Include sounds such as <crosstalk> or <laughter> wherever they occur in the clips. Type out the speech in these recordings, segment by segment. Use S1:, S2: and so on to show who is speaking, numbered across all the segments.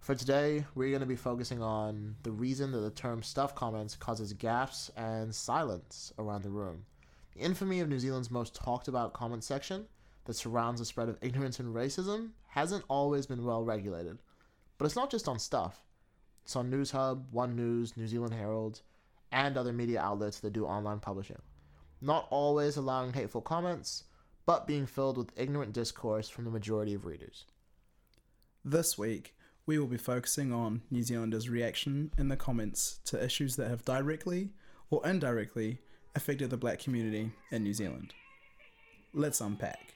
S1: For today, we're going to be focusing on the reason that the term stuff comments causes gaps and silence around the room, the infamy of New Zealand's most talked about comment section that surrounds the spread of ignorance and racism hasn't always been well regulated. But it's not just on stuff. It's on News Hub, One News, New Zealand Herald, and other media outlets that do online publishing. Not always allowing hateful comments, but being filled with ignorant discourse from the majority of readers.
S2: This week, we will be focusing on New Zealanders' reaction in the comments to issues that have directly or indirectly affected the black community in New Zealand. Let's unpack.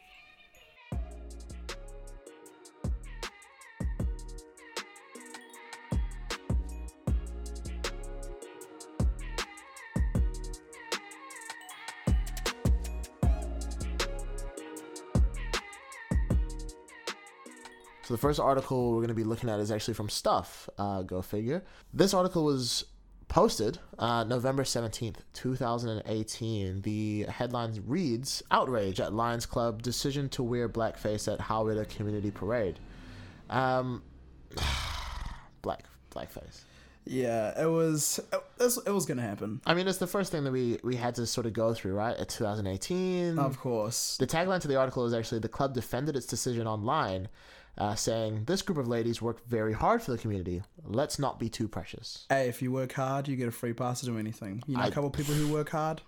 S1: So the first article we're going to be looking at is actually from Stuff. Uh, go figure. This article was posted uh, November seventeenth, two thousand and eighteen. The headline reads: "Outrage at Lions Club decision to wear blackface at Howrida community parade." Um, <sighs> black blackface.
S2: Yeah, it was it, it's- it was gonna happen.
S1: I mean, it's the first thing that we we had to sort of go through, right? At two thousand eighteen.
S2: Of course.
S1: The tagline to the article is actually the club defended its decision online, uh, saying, This group of ladies work very hard for the community. Let's not be too precious.
S2: Hey, if you work hard, you get a free pass to do anything. You know,
S1: I-
S2: a couple people who work hard.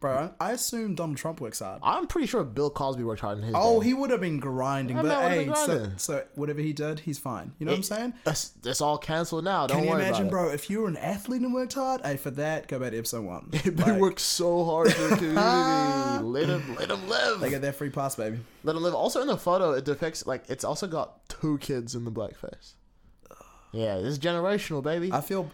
S2: Bro, I I assume Donald Trump works hard.
S1: I'm pretty sure Bill Cosby worked hard in his
S2: Oh,
S1: day.
S2: he would have been grinding,
S1: I
S2: but
S1: know,
S2: hey,
S1: would've been
S2: so,
S1: grinding.
S2: so whatever he did, he's fine. You know what I'm saying?
S1: That's, that's all canceled now. Don't
S2: Can you
S1: worry
S2: imagine,
S1: about
S2: bro? If you were an athlete and worked hard, hey, for that, go back to episode one.
S1: it. <laughs> They
S2: Like,
S1: worked so hard <laughs> for the community. let him, let him live.
S2: They get their free pass, baby.
S1: let him live. Also, in the photo, it depicts like it's also got two kids in the <sighs> blackface. Yeah, this is generational, baby.
S2: I feel.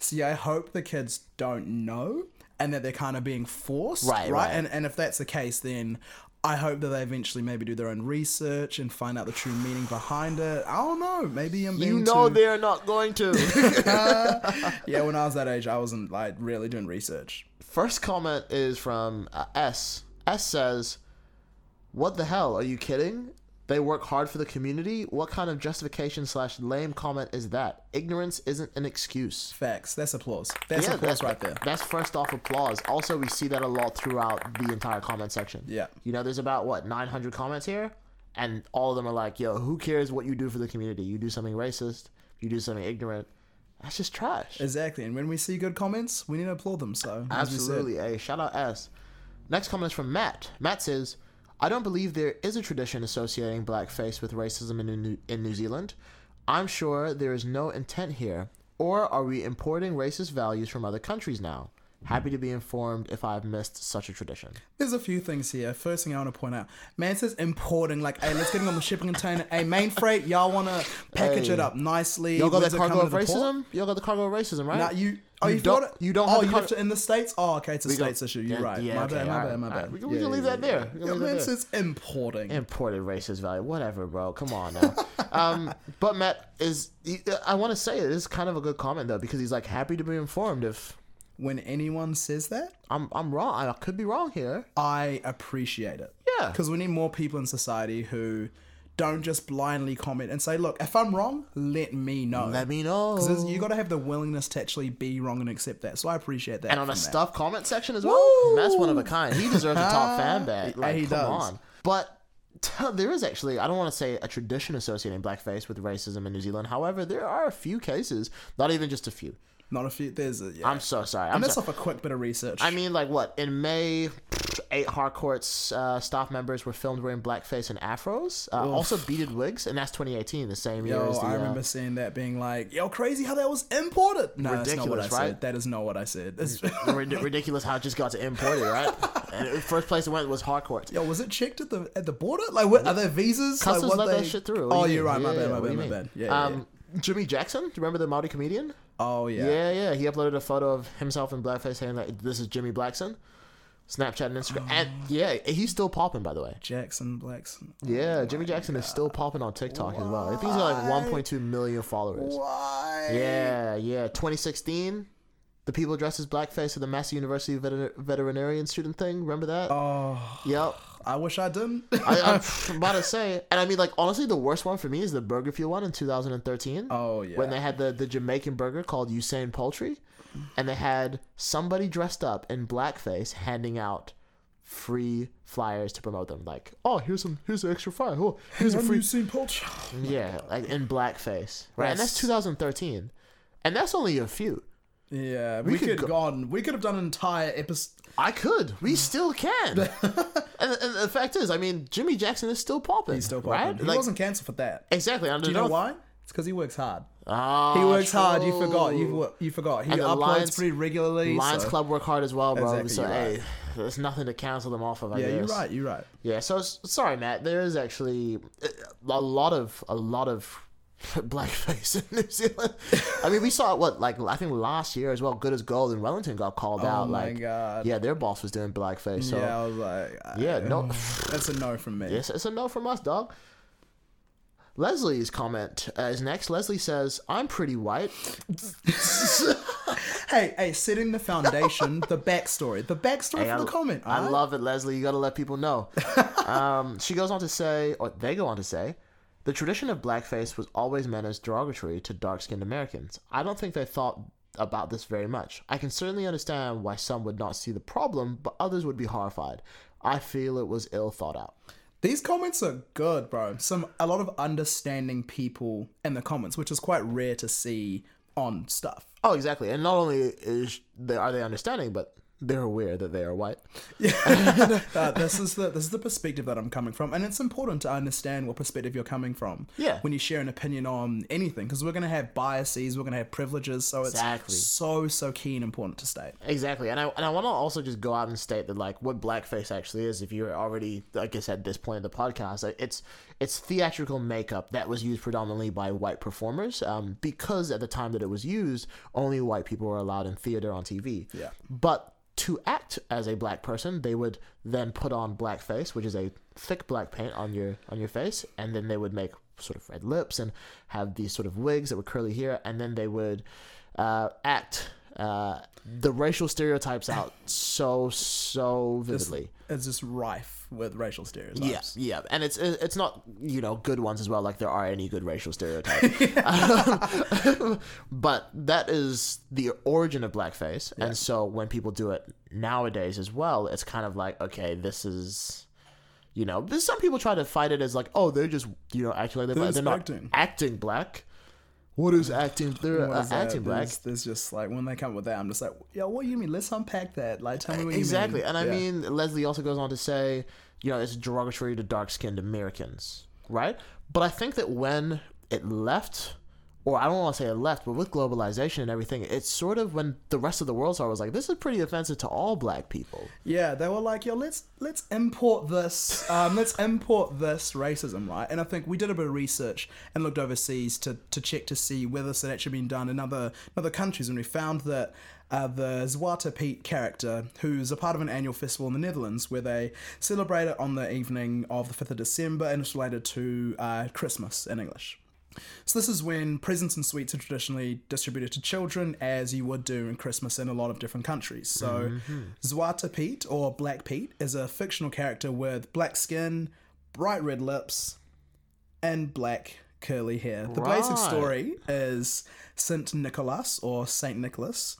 S2: See, I hope the kids don't know and that they're kind of being forced.
S1: Right, right.
S2: And, and if that's the case, then I hope that they eventually maybe do their own research and find out the true meaning behind it. I don't know. Maybe I'm
S1: you
S2: being
S1: know
S2: too-
S1: they're not going <laughs> to.
S2: Yeah, when I was that age, I wasn't like really doing research.
S1: First comment is from uh, S. S says, "What the hell? Are you kidding? They work hard for the community. What kind of justification slash lame comment is that? Ignorance isn't an excuse."
S2: Facts. That's applause. That's applause
S1: that's
S2: right there.
S1: That's first off applause. Also, we see that a lot throughout the entire comment section.
S2: Yeah.
S1: You know, there's about what 900 comments here, and all of them are like, "Yo, who cares what you do for the community? You do something racist. You do something ignorant. That's just trash."
S2: Exactly. And when we see good comments, we need to applaud them. So as we said.
S1: Absolutely. Hey, shout out S. Next comment is from Matt. Matt says, I don't believe there is a tradition associating blackface with racism in New, in New Zealand. I'm sure there is no intent here. Or are we importing racist values from other countries now? Happy to be informed if I've missed such a tradition.
S2: There's a few things here. First thing I want to point out, man says importing, like, hey, let's get it on the shipping container. Hey, main freight, y'all want to package it up nicely.
S1: Y'all got
S2: When's
S1: the
S2: it
S1: cargo
S2: coming
S1: of
S2: to the port?
S1: racism? Y'all got the cargo of racism, right?
S2: Nah, you. Oh, you,
S1: don't-
S2: forgot it?
S1: you don't
S2: Oh,
S1: have the
S2: you
S1: cargo-
S2: have to in the states. Oh, okay, it's a
S1: We got-
S2: states issue. You're
S1: yeah,
S2: right.
S1: yeah,
S2: my
S1: okay,
S2: bad. My
S1: alright,
S2: bad. My
S1: alright.
S2: bad.
S1: We can- we can leave that there. We can
S2: Yeah,
S1: leave that
S2: man
S1: there.
S2: says importing.
S1: imported racist value, whatever, bro. Come on
S2: <laughs>
S1: now. um, but Matt is, he- I want to say it is kind of a good comment though because he's like happy to be informed. If
S2: when anyone says that,
S1: I'm I'm wrong, I could be wrong here.
S2: I appreciate it.
S1: Yeah.
S2: Because we need more people in society who don't just blindly comment and say, look, if I'm wrong, let me know.
S1: Let me know.
S2: Because you got to have the willingness to actually be wrong and accept that. So I appreciate that.
S1: and on a
S2: from that.
S1: stuff comment section as well. That's one of a kind. He deserves a
S2: <laughs>
S1: top fan bag.
S2: Yeah,
S1: Like,
S2: he
S1: come
S2: does.
S1: on. But t- there is actually, I don't want to say a tradition associating blackface with racism in New Zealand. However, there are a few cases, not even just a few.
S2: Not a few. There's a. Yeah.
S1: I'm so sorry. I'm
S2: And
S1: so-
S2: that's off a quick bit of research.
S1: I mean, like what in May, eight Harcourt's uh, staff members were filmed wearing blackface and afros, uh, also beaded wigs, and that's 2018, the same year
S2: Yo,
S1: as the.
S2: I remember
S1: uh,
S2: seeing that being like, yo, crazy how that was imported. No, that's not what I
S1: Ridiculous, right?
S2: said. That is not what I said. It's-
S1: rid- ridiculous how it just got to import it, right? and the first place it went was Harcourt.
S2: <laughs> yo, was it checked at the at the border? Like, what, are there visas?
S1: Customs
S2: like, what
S1: let
S2: they...
S1: that shit through. What do
S2: Oh,
S1: you
S2: you're
S1: mean?
S2: right. My
S1: Yeah,
S2: bad. My
S1: what do
S2: bad.
S1: you
S2: My
S1: mean?
S2: bad. Yeah. yeah, yeah.
S1: um, Jimmy Jackson, do you remember the Maori comedian?
S2: Oh yeah.
S1: Yeah, yeah. He uploaded a photo of himself in blackface saying like, "This is Jimmy Blackson." Snapchat and Instagram,
S2: <gasps>
S1: and yeah, he's still popping. By the way,
S2: Jackson Blackson.
S1: yeah, Jimmy Jackson is still popping on TikTok as well. I think he's got like 1.2 million followers.
S2: Why?
S1: Yeah, yeah. 2016, the people dressed as blackface at the Massey University veter- veterinarian student thing. Remember that?
S2: Oh,
S1: yep.
S2: I wish I didn't.
S1: I,
S2: <laughs>
S1: I'm <laughs> about to say, and I mean, like honestly, the worst one for me is the Burger Fuel one in 2013
S2: oh yeah.
S1: when they had the the Jamaican burger called Usain Poultry, and they had somebody dressed up in blackface handing out free flyers to promote them. Like, oh, here's some here's an extra flyer. Oh, here's a
S2: Have
S1: free
S2: you seen Poultry?
S1: yeah, like in blackface, right? And that's
S2: That's-
S1: 2013,
S2: 2013,
S1: and that's only a few.
S2: Yeah, we,
S1: could
S2: could
S1: go-
S2: have gone. We could have done an entire episode.
S1: I could.
S2: Mm.
S1: We still
S2: <laughs>
S1: can. and, and the fact is, I mean, Jimmy Jackson is still popping.
S2: Still
S1: right?
S2: popping. He
S1: Like,
S2: wasn't cancelled for that.
S1: exactly. I
S2: Do you know why? It's because he works hard.
S1: Ah,
S2: He works hard. You forgot. You wo- you forgot. He
S1: And the
S2: uploads
S1: Lions-
S2: pretty regularly.
S1: Lions
S2: so-
S1: Club work hard as well, bro.
S2: Exactly,
S1: so
S2: you're
S1: hey, there's nothing to cancel them off of. I
S2: Yeah, you're
S1: guess.
S2: right. You're right.
S1: Yeah. So s- sorry, Matt. There is actually uh, a lot of a lot of <laughs> blackface in New Zealand. I mean, we saw it, what like I think last year as well. Good as gold and Wellington got called
S2: Oh
S1: out.
S2: my
S1: like
S2: god.
S1: yeah, their boss was doing blackface. So
S2: yeah, I was like, I-
S1: yeah no.
S2: that's a no from me.
S1: Yes, it's a no from us, dog. Leslie's comment uh, is next. Leslie says, "I'm pretty white."
S2: Hey, hey, setting
S1: <laughs>
S2: the foundation, the backstory, the backstory
S1: Hey,
S2: for
S1: I-
S2: the comment.
S1: I
S2: alright?
S1: love it, Leslie. You got to let people
S2: <laughs>
S1: know. um, she goes on to say, or they go on to say, the tradition of blackface was always meant as derogatory to dark skinned Americans. I don't think they thought about this very much. I can certainly understand why some would not see the problem, but others would be horrified. I feel it was ill thought out.
S2: These comments are good, bro. Some a lot of understanding people in the comments, which is quite rare to see on stuff.
S1: Oh, exactly. And not only is they, are they understanding, but they're aware that they are white.
S2: Uh, this is the this is the perspective that I'm coming from, and it's important to understand what perspective you're coming from.
S1: Yeah.
S2: When you share an opinion on anything, because we're gonna have biases, we're gonna have privileges, so it's
S1: Exactly.
S2: so so key and important to state.
S1: Exactly, and I and I want to also just go out and state that like what blackface actually is. If you're already, I guess, at this point of the podcast, like, it's it's theatrical makeup that was used predominantly by white performers, um, because at the time that it was used, only white people were allowed in theater on TV.
S2: Yeah.
S1: but to act as a black person, they would then put on blackface, which is a thick black paint on your on your face, and then they would make sort of red lips and have these sort of wigs that were curly hair, and then they would uh, act uh, the racial stereotypes out so so vividly.
S2: It's just rife with racial stereotypes.
S1: Yeah, yeah, and it's it's not you know good ones as well. Like there are any good racial <laughs> stereotypes, Um, but that is the origin of blackface. And so when people do it nowadays as well, it's kind of like okay, this is. You know, there's some people try to fight it as like, oh, they're just you know acting like they're, black.
S2: just
S1: they're not acting.
S2: acting.
S1: black. What is acting? They're
S2: What
S1: uh,
S2: is that?
S1: acting black.
S2: There's, there's just like when they come with that, I'm just like, yeah, what do you mean? Let's unpack that. Like, tell me what
S1: Exactly.
S2: you mean.
S1: And I
S2: Yeah.
S1: mean, Leslie also goes on to say, you know, it's derogatory to dark skinned Americans, right? But I think that when it left, or I don't want to say it left, but with globalization and everything, it's sort of when the rest of the world saw it was like, this is pretty offensive to all black people.
S2: Yeah, they were like, yo, let's let's import this, um, let's import this racism, right? And I think we did a bit of research and looked overseas to, to check to see whether this had actually been done in other in other countries, and we found that uh, the Zwarte Piet character, who's a part of an annual festival in the Netherlands, where they celebrate it on the evening of the fifth of December, and it's related to uh, Christmas in English. So this is when presents and sweets are traditionally distributed to children, as you would do in Christmas in a lot of different countries. So Zwarte Piet or Black Pete is a fictional character with black skin, bright red lips, and black curly hair. The basic
S1: Right.
S2: story is Saint Nicholas or Saint Nicholas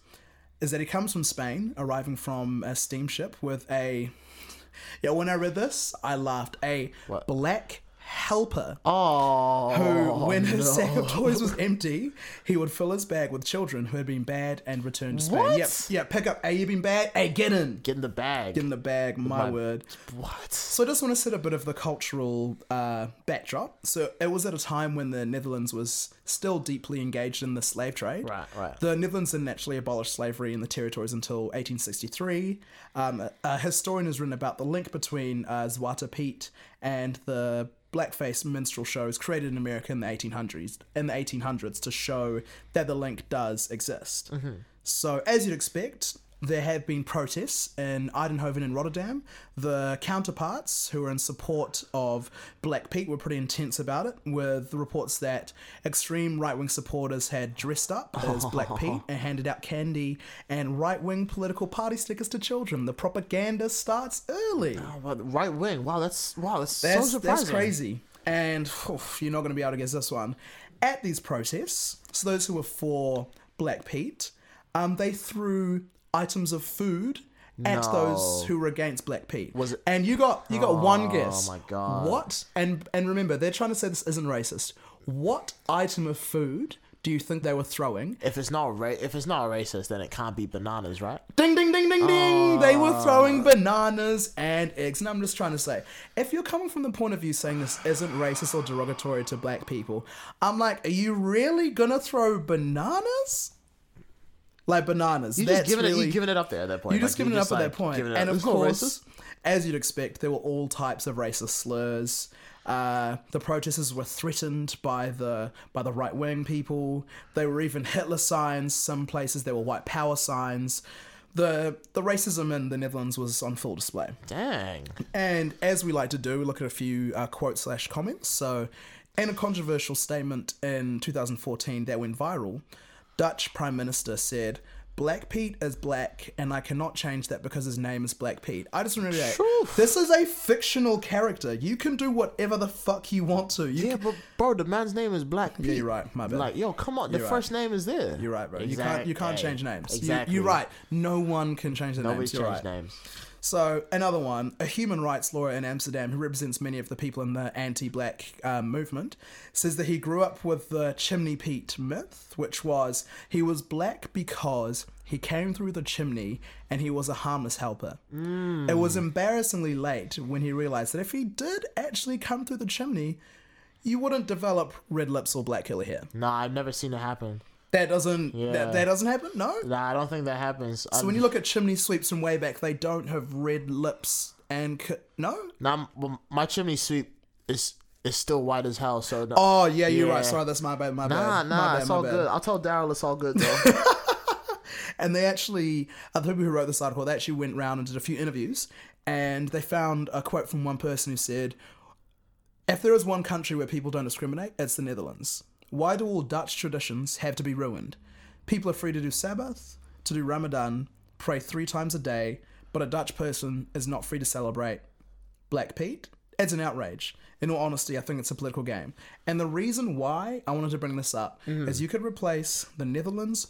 S2: is that he comes from Spain, arriving from a steamship with a. <laughs> Yeah, when I read this, I laughed. A black helper
S1: Oh,
S2: who, when his sack of toys was empty, he would fill his bag with children who had been bad and returned to Spain.
S1: What?
S2: Yep, yeah, pick up. Hey, you been bad? Hey, get in.
S1: get in the bag.
S2: Get in the bag, my, word.
S1: what?
S2: So I just want to set a bit of the cultural uh, backdrop. So it was at a time when the Netherlands was still deeply engaged in the slave trade.
S1: Right, right.
S2: The Netherlands then naturally abolished slavery in the territories until 1863. Um, a, a historian has written about the link between uh, Zwarte Piet and the blackface minstrel shows created in America in the 1800s in the 1800s to show that the link does exist. So as you'd expect, there have been protests in Eindhoven and Rotterdam. The counterparts who were in support of Black Pete were pretty intense about it, with reports that extreme right wing supporters had dressed up as Black
S1: <laughs>
S2: Pete and handed out candy and right wing political party stickers to children. The propaganda starts early.
S1: Oh, but right wing. Wow, that's wow, that's,
S2: That's,
S1: so surprising.
S2: that's crazy. And oof, you're not going to be able to guess this one. At these protests, so those who were for Black Pete, um, they threw items of food at those
S1: No.
S2: who were against Black Pete.
S1: Was it- Oh
S2: And you got you got one guess.
S1: my God.
S2: What? And and remember, they're trying to say this isn't racist. What item of food do you think they were throwing?
S1: If it's not ra- if it's not racist, then it can't be bananas, right?
S2: Ding ding ding ding ding! They
S1: Ah.
S2: were throwing bananas and eggs. And I'm just trying to say, if you're coming from the point of view saying this isn't racist or derogatory to black people, I'm like, are you really gonna throw bananas? Like bananas.
S1: You
S2: That's
S1: just giving
S2: really,
S1: it, you giving it up there at that point.
S2: you're just
S1: Like,
S2: giving
S1: you
S2: it up at
S1: like,
S2: that point.
S1: giving it
S2: And
S1: up.
S2: of
S1: It's not
S2: course, as you'd expect, there were all types of racist slurs. Uh, the protesters were threatened by the by the right wing people. They were even Hitler signs. Some places there were white power signs. The the racism in the Netherlands was on full display.
S1: racist? dang.
S2: And as we like to do, we look at a few uh, quote slash comments. So, in a controversial statement in 2014 that went viral, Dutch Prime Minister said, Black Pete is black, and I cannot change that because his name is Black Pete. I just remember that.
S1: Phew.
S2: This is a fictional character. You can do whatever the fuck you want to. You
S1: Yeah,
S2: can-
S1: but bro, the man's name is Black Pete.
S2: you're right. My bad.
S1: Like, yo, come on, the
S2: You're right.
S1: first name is there.
S2: you're right, bro. You can't you can't
S1: Exact-
S2: change names. You-
S1: Exactly.
S2: you're right. No one can change their
S1: Nobody's
S2: names. You're
S1: changed
S2: right.
S1: names.
S2: So another one, a human rights lawyer in Amsterdam who represents many of the people in the anti-black uh, movement, says that he grew up with the chimney Pete myth, which was he was black because he came through the chimney and he was a harmless helper. It was embarrassingly late when he realized that if he did actually come through the chimney, you wouldn't develop red lips or black curly hair.
S1: Nah, I've never seen it happen.
S2: That doesn't
S1: Yeah.
S2: that, that doesn't happen. No,
S1: Nah, I don't think that happens.
S2: so when you look at chimney sweeps from way back, they don't have red lips and c- no.
S1: Now, my chimney sweep is is still white as hell. So no-
S2: Oh yeah, you're right.
S1: Yeah.
S2: Sorry, that's my bad. My
S1: nah,
S2: bad.
S1: nah,
S2: my bad,
S1: it's
S2: my
S1: all
S2: bad.
S1: good. I'll tell Daryl it's all good though.
S2: <laughs> And they actually, uh, the people who wrote this article, they actually went round and did a few interviews, and they found a quote from one person who said, "If there is one country where people don't discriminate, it's the Netherlands. Why do all Dutch traditions have to be ruined? People are free to do Sabbath, to do Ramadan, pray three times a day, but a Dutch person is not free to celebrate Black Pete, it's an outrage. In all honesty, I think it's a political game. And the reason why I wanted to bring this up
S1: Mm-hmm.
S2: is you could replace the Netherlands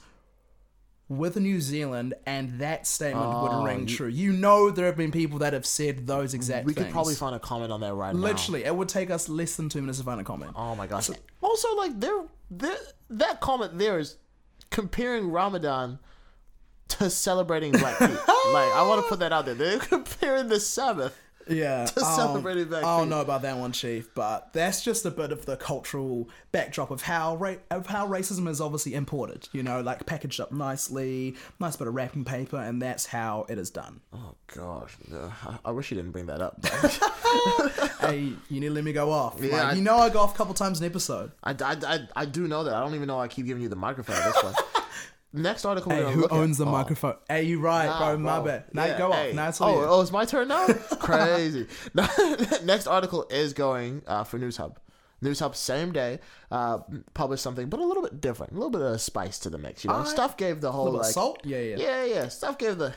S2: with New Zealand, and that statement would ring true. You know, there have been people that have said those exact
S1: Ah, we
S2: things.
S1: could probably find a comment on that right now.
S2: Literally, it would take us less than two minutes to find a comment.
S1: Oh my gosh. Also, like there, there, that comment there is comparing Ramadan to celebrating <laughs> Black Pete. like I want to put that out there. They're comparing the Sabbath.
S2: Yeah.
S1: <laughs>
S2: um,
S1: celebrated that
S2: I don't
S1: feat.
S2: know about that one, Chief, but that's just a bit of the cultural backdrop of how ra- of how racism is obviously imported. You know, like packaged up nicely, nice bit of wrapping paper, and that's how it
S1: <laughs>
S2: is done.
S1: Oh gosh, no. I, I wish you didn't bring that up.
S2: hey, you need to let me go off.
S1: Yeah,
S2: like,
S1: I-
S2: you know, I go off a couple times an episode.
S1: <laughs> I, I, I, I do know that. I don't even know why I keep giving you the microphone at this <laughs> one. Next article we're
S2: Hey,
S1: gonna
S2: who
S1: look at-
S2: owns the
S1: oh,
S2: microphone? Hey, you right,
S1: nah,
S2: bro? My
S1: bro.
S2: bad. Now
S1: Yeah,
S2: you go
S1: hey.
S2: off. Now it's all
S1: oh,
S2: you.
S1: oh, it's my turn
S2: <laughs>
S1: now. Crazy. <laughs> No, Next article is going uh, for News Hub. News Hub same day uh, published something, but a little bit different, a little bit of spice to the mix. You know, stuff gave the whole
S2: Little
S1: like
S2: salt? Yeah, yeah.
S1: yeah, yeah. Stuff gave the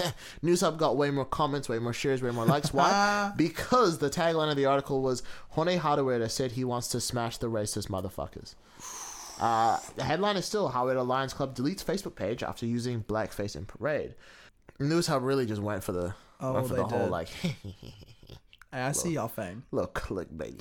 S1: <laughs> News Hub got way more comments, way more shares, way more
S2: <laughs>
S1: likes. Why? because the tagline of the article was Hone Harueda said he wants to smash the racist motherfuckers. Uh, the headline is still Harueda Lions Club deletes Facebook page after using blackface in parade. News Hub really just went for the
S2: Oh,
S1: went for
S2: they
S1: the whole
S2: did.
S1: like <laughs>
S2: Hey, I see y'all fame.
S1: little
S2: <laughs>
S1: clickbait.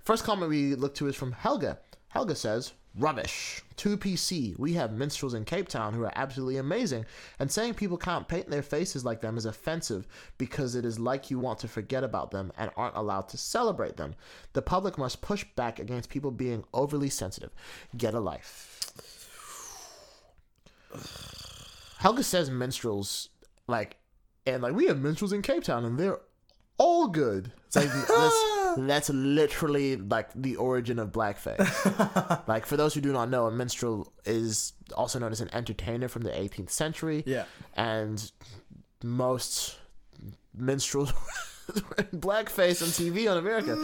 S1: First comment we look to is from Helga. Helga says, Rubbish. 2PC. We have minstrels in Cape Town who are absolutely amazing, and saying people can't paint their faces like them is offensive because it is like you want to forget about them and aren't allowed to celebrate them. The public must push back against people being overly sensitive. Get a life. Helga says minstrels,
S2: <laughs>
S1: like, and like we have minstrels in Cape Town, and they're all good. It's like, that's- That's literally like the origin of blackface.
S2: <laughs>
S1: like for those who do not know, a minstrel is also known as an entertainer from the 18th century,
S2: yeah.
S1: and most minstrels <laughs> were in blackface on TV on
S2: <gasps>
S1: America.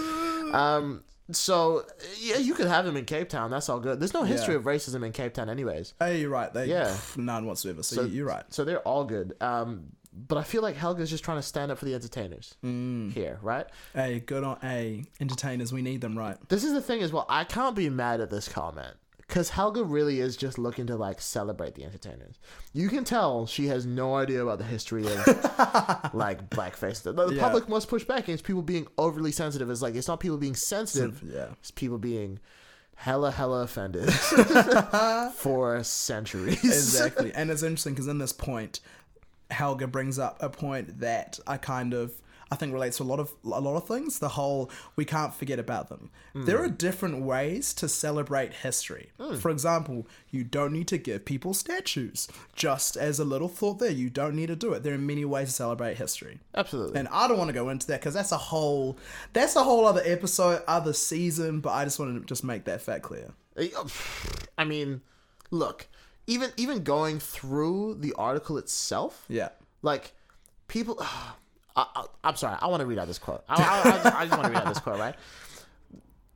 S1: Um, so yeah, you could have him in Cape Town. That's all good. There's no history
S2: Yeah.
S1: of racism in Cape Town, anyways.
S2: Hey, you're right. They,
S1: Yeah.
S2: pff, <sighs> none whatsoever. So,
S1: So-
S2: you're right.
S1: So they're all good. Um, but I feel like Helga's just trying to stand up for the entertainers
S2: Mm.
S1: here, right?
S2: Hey, good on. Hey, entertainers, we need them, right?
S1: This is the thing as well. I can't be mad at this comment because Helga really is just looking to like celebrate the entertainers. You can tell she has no idea about the history
S2: <laughs>
S1: of like blackface. The, the
S2: Yeah.
S1: public must push back against people being overly sensitive. It's like it's not people being sensitive;
S2: Yeah.
S1: it's people being hella hella
S2: <laughs>
S1: offended for centuries.
S2: Exactly. and it's interesting because in this point, Helga brings up a point that I kind of I think relates to a lot of a lot of things. The whole we can't forget about them. There are different ways to celebrate history. For example, you don't need to give people statues. Just as a little thought there, you don't need to do it. There are many ways to celebrate history.
S1: Absolutely.
S2: And I don't want to go into that because that's a whole that's a whole other episode, other season. But I just wanted to just make that fact clear.
S1: <sighs> I mean, look, even even going through the article itself,
S2: Yeah.
S1: like people <sighs> I, I, i'm sorry i want to read out this quote i, I, I, I just want to read out this quote right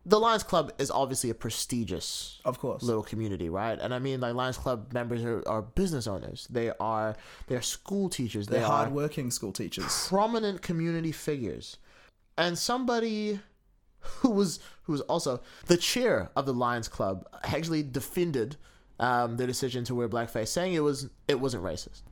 S1: the lions club is obviously a prestigious
S2: Of course.
S1: little community right and i mean like lions club members are, are business owners they are they're school teachers they
S2: They're
S1: are
S2: hardworking school teachers.
S1: prominent community figures and somebody who was who was also the chair of the lions club actually defended um, their decision to wear blackface saying it was it wasn't racist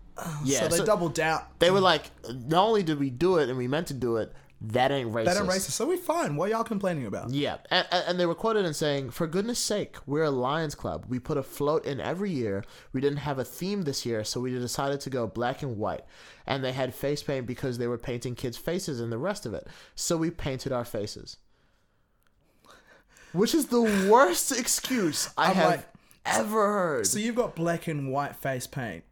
S1: yeah
S2: so they
S1: so-
S2: doubled down.
S1: they were like, not only did we do it and we meant to do it, that ain't racist.
S2: They don't racist, so we fine. What y'all complaining about?
S1: Yeah, and, and and they were quoted in saying, "For goodness sake, we're a Lions club. We put a float in every year. We didn't have a theme this year, so we decided to go black and white. And they had face paint because they were painting kids' faces and the rest of it. So we painted our faces, which is the worst excuse I
S2: I'm
S1: have
S2: like-
S1: ever heard.
S2: So you've got black and white face paint.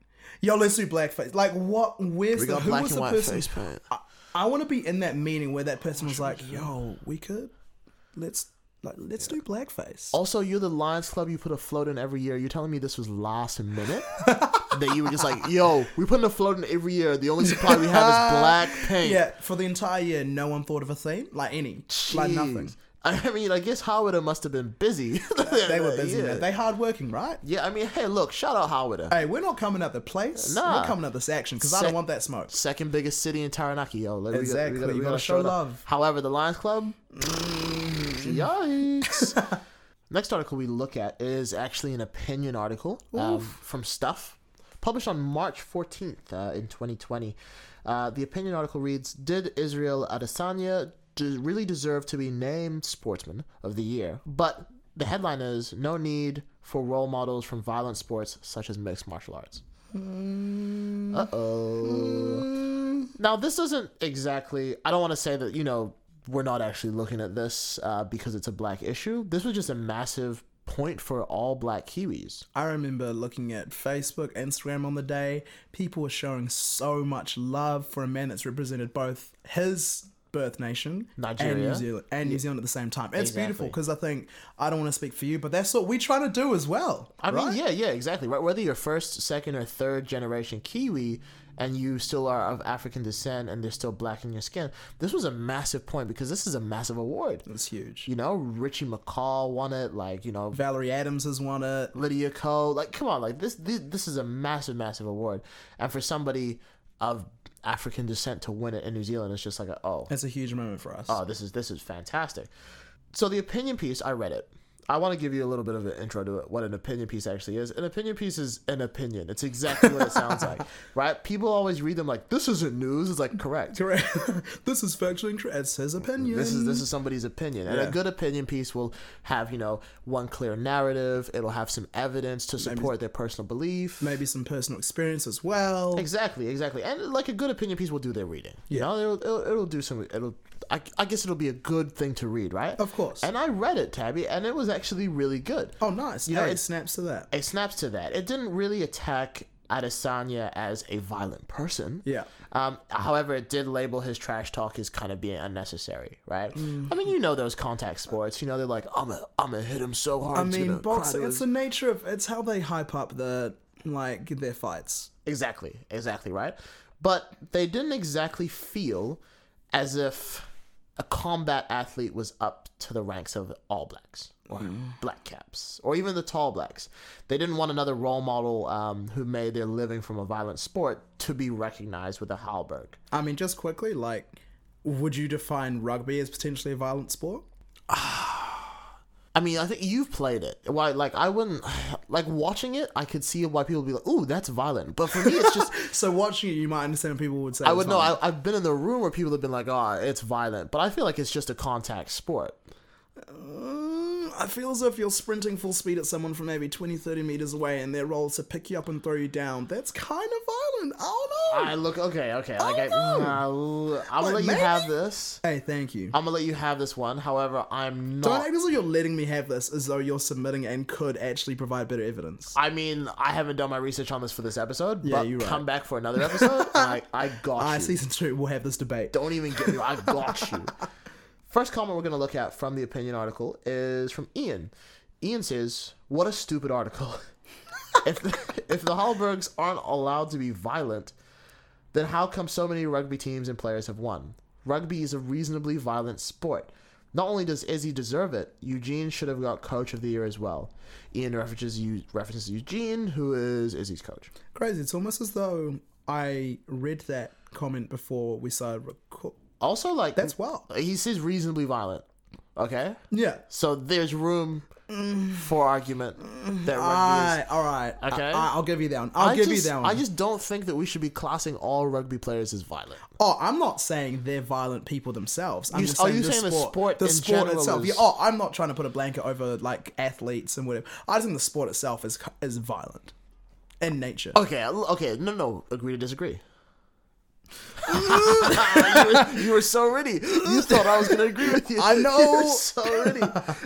S2: Yo, let's do blackface. Like what? Where's
S1: we
S2: the
S1: got
S2: who
S1: black
S2: was
S1: and
S2: the
S1: white
S2: person?
S1: face paint.
S2: I, I want to be in that meeting where that person was like, "Yo, we could let's like let's do blackface."
S1: Also, you're the Lions Club. You put a float in every year. You're telling me this was last
S2: <laughs>
S1: minute that you were just like, "Yo, we putting a float in every year. The only supply we have
S2: <laughs>
S1: is black paint."
S2: Yeah, for the entire year, no one thought of a theme, like any, like
S1: Jeez.
S2: nothing.
S1: I mean, I guess Howard must have been busy. <laughs>
S2: They were busy.
S1: Yeah.
S2: man. They hardworking, right?
S1: yeah, I mean, hey, look, shout out Howard.
S2: Hey, we're not coming at the place.
S1: Nah.
S2: We're coming at this action because I
S1: Se-
S2: don't want that smoke.
S1: Second biggest city in Taranaki, yo. Like, we gotta-
S2: Exactly, you gotta show
S1: it up.
S2: love. Mm.
S1: However, the Lions Club,
S2: <laughs>
S1: yikes. Next article we look at is actually an opinion article um, from Stuff, published on March 14th uh, in 2020. Uh, the opinion article reads Did Israel Adesanya de- really deserve to be named Sportsman of the Year? But the headline is No need for role models from violent sports such as mixed martial arts. Uh oh. Now, this doesn't exactly. I don't want to say that, you know, we're not actually looking at this uh, because it's a black issue. This was just a massive point for all black Kiwis.
S2: I remember looking at Facebook, Instagram on the day. People were showing so much love for a man that's represented both his birth nation and New
S1: Nigeria.
S2: Zealand and New Zealand at the same time. It's
S1: Exactly.
S2: beautiful because I think I don't want to speak for you, but that's what we're trying to do as well.
S1: I
S2: right?
S1: mean, yeah, yeah, exactly. Right. Whether you're first, second, or third generation Kiwi and you still are of African descent and they're still black in your skin, this was a massive point because this is a massive award.
S2: it's huge.
S1: You know, Richie McCaw won it. Like, you know,
S2: Valerie Adams has won it.
S1: Lydia Ko. Like, come on, like this, this this is a massive, massive award, and for somebody of African descent to win it in New Zealand, it's just like, a, oh,
S2: It's a huge moment for us.
S1: oh, this is this is fantastic. So the opinion piece, I read it. I want to give you a little bit of an intro to it, what an opinion piece actually is. An opinion piece is an opinion. It's exactly what it sounds
S2: <laughs>
S1: like, right? People always read them like, this isn't news. It's like correct.
S2: <laughs> Correct. <laughs> this is factually incorrect. It's his opinion.
S1: This is this is somebody's opinion, and
S2: Yeah.
S1: a good opinion piece will have you know one clear narrative. It'll have some evidence to support their personal belief.
S2: maybe some personal experience as well.
S1: Exactly, exactly. And like a good opinion piece will do their reading. You know, it'll, it'll, it'll do some. It'll. I, I guess it'll be a good thing to read, right?
S2: Of course.
S1: And I read it, Tabby, and it was actually really good.
S2: Oh, nice.
S1: know,
S2: hey, it
S1: it's-
S2: snaps to that.
S1: It snaps to that. It didn't really attack Adesanya as a violent person.
S2: Yeah.
S1: Um, however, it did label his trash talk as kind of being unnecessary, right?
S2: Mm.
S1: I mean, you know those contact sports. You know they're like, I'm a, I'm gonna hit him so hard.
S2: I
S1: he's
S2: mean,
S1: gonna cry
S2: boxing,
S1: to
S2: it's
S1: his-"
S2: the nature of, it's how they hype up the, like, their fights.
S1: exactly, exactly right. But they didn't exactly feel as if a combat athlete was up to the ranks of All Blacks or Black Caps or even the Tall Blacks. They didn't want another role model um, who made their living from a violent sport to be recognized with a Halberg.
S2: I mean, just quickly, like, would you define rugby as potentially a violent sport?
S1: I mean, I think you've played it. Why, like, I wouldn't, <sighs> like, watching it, I could see why people would be like, ooh, that's violent. But for me, it's just,
S2: So watching it, you might understand what people would say.
S1: I would know, I, I've been in the room where people have been like, oh, it's violent. But I feel like it's just a contact sport.
S2: Mm, I feel as if you're sprinting full speed at someone from maybe 20, 30 meters away and their role is to pick you up and throw you down. That's kind of violent. I don't know.
S1: I look, okay, okay. Like, I,
S2: Oh, no.
S1: I'll- I'm
S2: Like,
S1: going to let
S2: maybe?
S1: you have this.
S2: hey, thank you.
S1: I'm going to let you have this one. However, I'm
S2: Don't
S1: not.
S2: act as though you're letting me have this as though you're submitting it and could actually provide better evidence.
S1: I mean, I haven't done my research on this for this episode, but
S2: you're right.
S1: come back for another episode. and
S2: <laughs>
S1: I, I got
S2: I
S1: you.
S2: season two will have this debate.
S1: Don't even get me. I got you. <laughs> First comment we're going to look at from the opinion article is from Ian. Ian says, "What a stupid article. <laughs> if the, if the Hallbergs aren't allowed to be violent, then how come so many rugby teams and players have won? Rugby is a reasonably violent sport. Not only does Izzy deserve it, Eugene should have got coach of the year as well. Ian references Eu- references Eugene, who is Izzy's coach.
S2: Crazy. It's almost as though I read that comment before we started record.
S1: Also, like
S2: That's wild.
S1: he says reasonably violent. Okay,
S2: Yeah.
S1: So there's room for argument that rugby is.
S2: Alright, alright.
S1: Okay.
S2: I, will give you that one. I'll give
S1: just,
S2: you that one.
S1: I just don't think that we should be classing all rugby players as violent.
S2: Oh, I'm not saying they're violent people themselves. I'm
S1: You-
S2: just
S1: are
S2: saying
S1: you
S2: the
S1: saying the
S2: sport,
S1: sport in general
S2: itself.
S1: is-
S2: Yeah, oh, I'm not trying to put a blanket over like athletes and whatever. I just think the sport itself is is violent in nature.
S1: Okay, l- okay, no, no, agree to disagree. <laughs> you, were, you were so ready. You thought I was going to agree with you.
S2: I
S1: You were
S2: know.
S1: so ready.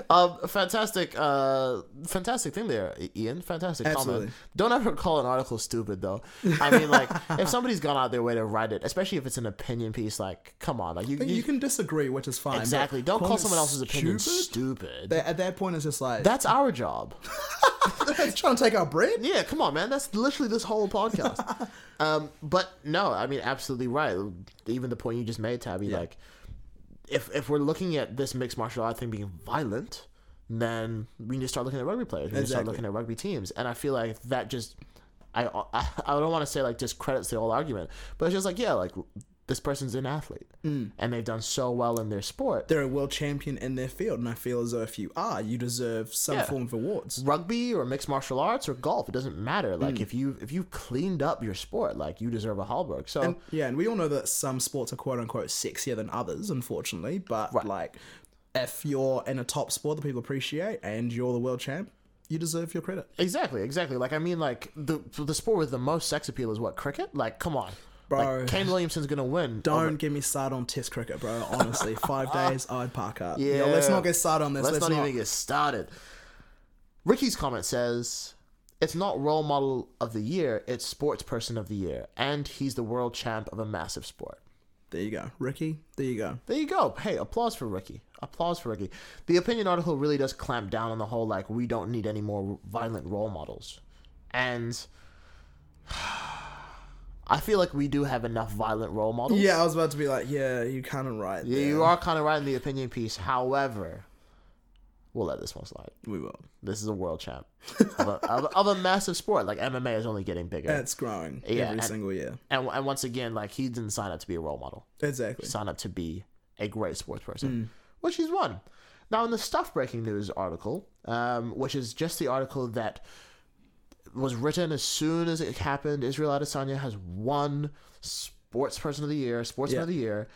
S1: Um, fantastic, uh, fantastic thing there, I- Ian. Fantastic
S2: Absolutely.
S1: comment. Don't ever call an article stupid, though. I mean, like, if somebody's gone out their way to write it, especially if it's an opinion piece, like, come on, like, you,
S2: But
S1: you,
S2: you can disagree, which is fine. but
S1: Exactly. Don't call
S2: it
S1: someone else's opinion
S2: stupid?
S1: stupid.
S2: That- At that point, it's just like
S1: That's our job.
S2: that's <laughs> trying to take our bread.
S1: Yeah, come on, man. That's literally this whole <laughs> podcast. um, but no, I mean, absolutely right. Even the point you just made, Tabby, like, if if we're looking at this mixed martial art thing being violent, then we need to start looking at rugby players. We need to start
S2: Exactly.
S1: looking at rugby teams. And I feel like that just, I I, <laughs> I don't want to say like discredits the whole argument, but it's just like yeah, like this person's an athlete and they've done so well in their sport.
S2: They're a world champion in their field, and I feel as though if you are, you deserve some
S1: Yeah.
S2: form of awards.
S1: rugby or mixed martial arts or golf it doesn't matter like
S2: Hmm.
S1: if you if you cleaned up your sport like you deserve a hallberg so
S2: And, yeah, and we all know that some sports are quote unquote sexier than others, unfortunately. But like, if you're in a top sport that people appreciate and you're the world champ, you deserve your credit.
S1: exactly exactly like i mean like the the sport with the most sex appeal is what cricket like come on
S2: Bro.
S1: like kane williamson's gonna win
S2: Don't get me started on Test cricket, bro. Honestly,
S1: <laughs>
S2: five days, I'd park up. Yeah,
S1: Yeah.
S2: let's not get started on this.
S1: let's,
S2: Let's,
S1: not, even get started ricky's comment says it's not role model of the year it's sports person of the year and he's the world champ of a massive sport
S2: There you go, Ricky. There you go.
S1: There you go. Hey, applause for Ricky. Applause for Ricky. The opinion article really does clamp down on the whole like we don't need any more violent role models, and <sighs> I feel like we do have enough violent role models.
S2: Yeah, I was about to be like, yeah, you kind of right.
S1: Yeah,
S2: there.
S1: You are kind of right in the opinion piece. However, we'll let this one slide.
S2: We will.
S1: This is a world champ of, a, of, a- of a massive sport. Like MMA is only getting
S2: <laughs>
S1: bigger,
S2: That's growing
S1: Yeah,
S2: every
S1: and-
S2: single year.
S1: and and once again, like he didn't sign up to be a role model.
S2: Exactly. Mm.
S1: sign up to be a great sports person, which he's one. Now, in the stuff breaking news article, um, which is just the article that was written as soon as it happened, Israel Adesanya has won Sports Person of the Year, Sportsman
S2: Yeah.
S1: of the Year,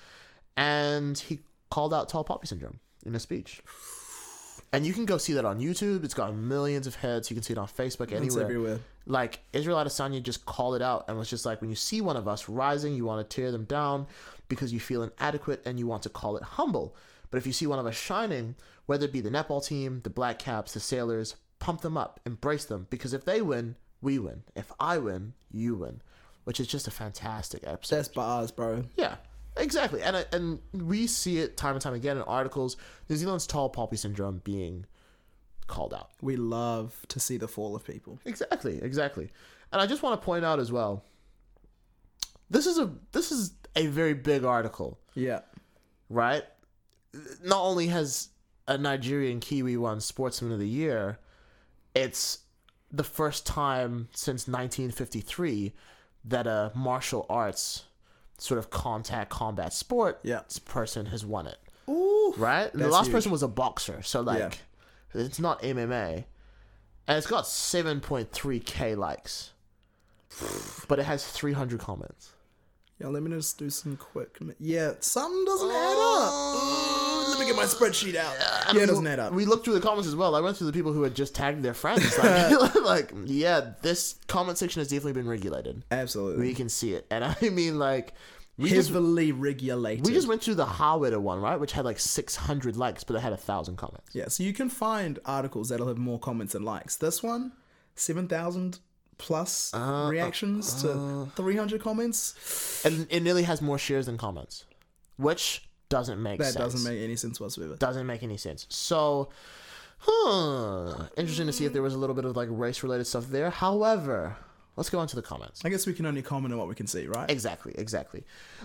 S1: and he called out tall poppy syndrome in a speech. And you can go see that on YouTube. It's got millions of hits. You can see it on Facebook anywhere
S2: It's everywhere.
S1: like Israel Adesanya just called it out and was just like, when you see one of us rising, you want to tear them down because you feel inadequate and you want to call it humble. But if you see one of us shining, whether it be the netball team, the black caps, the sailors, pump them up, embrace them because if they win, we win. If I win, you win, which is just a fantastic episode.
S2: That's bars, bro.
S1: Yeah, exactly. And I- and we see it time and time again in articles. New Zealand's tall poppy syndrome being called out.
S2: We love to see the fall of people.
S1: Exactly, exactly. And I just want to point out as well. This is a this is a very big article,
S2: Yeah.
S1: right? Not only has a Nigerian Kiwi won Sportsman of the Year, it's the first time since 1953 that a martial arts sort of contact combat sport
S2: Yeah.
S1: person has won it
S2: Ooh.
S1: right? And the
S2: That's
S1: last
S2: huge.
S1: person was a boxer, so like,
S2: Yeah.
S1: it's not MMA, and it's got seven point three k likes, but it has three hundred comments.
S2: Yeah, let me just do some quick. ma- Yeah, something doesn't
S1: Oh,
S2: add up. Ooh, let me get my spreadsheet out.
S1: And
S2: Yeah, it
S1: we-
S2: doesn't add up.
S1: We looked through the comments as well. I went through the people who had just tagged their
S2: <laughs>
S1: friends. Like, <laughs> like yeah, this comment section has definitely been regulated.
S2: Absolutely.
S1: We can see it, and <laughs> I mean like. We just,
S2: Heavily regulated.
S1: we just went through the Harwitter one, right? Which had like 600 likes, but it had a thousand comments.
S2: Yeah, so you can find articles that'll have more comments and likes. This one, 7,000 plus
S1: Uh,
S2: reactions to 300 comments.
S1: And it nearly has more shares than comments, which doesn't make
S2: That
S1: sense.
S2: doesn't make any sense whatsoever.
S1: doesn't make any sense. So, huh, interesting to see if there was a little bit of like race related stuff there. However, let's go on to the comments.
S2: I guess we can only comment on what we can see, right?
S1: Exactly, exactly.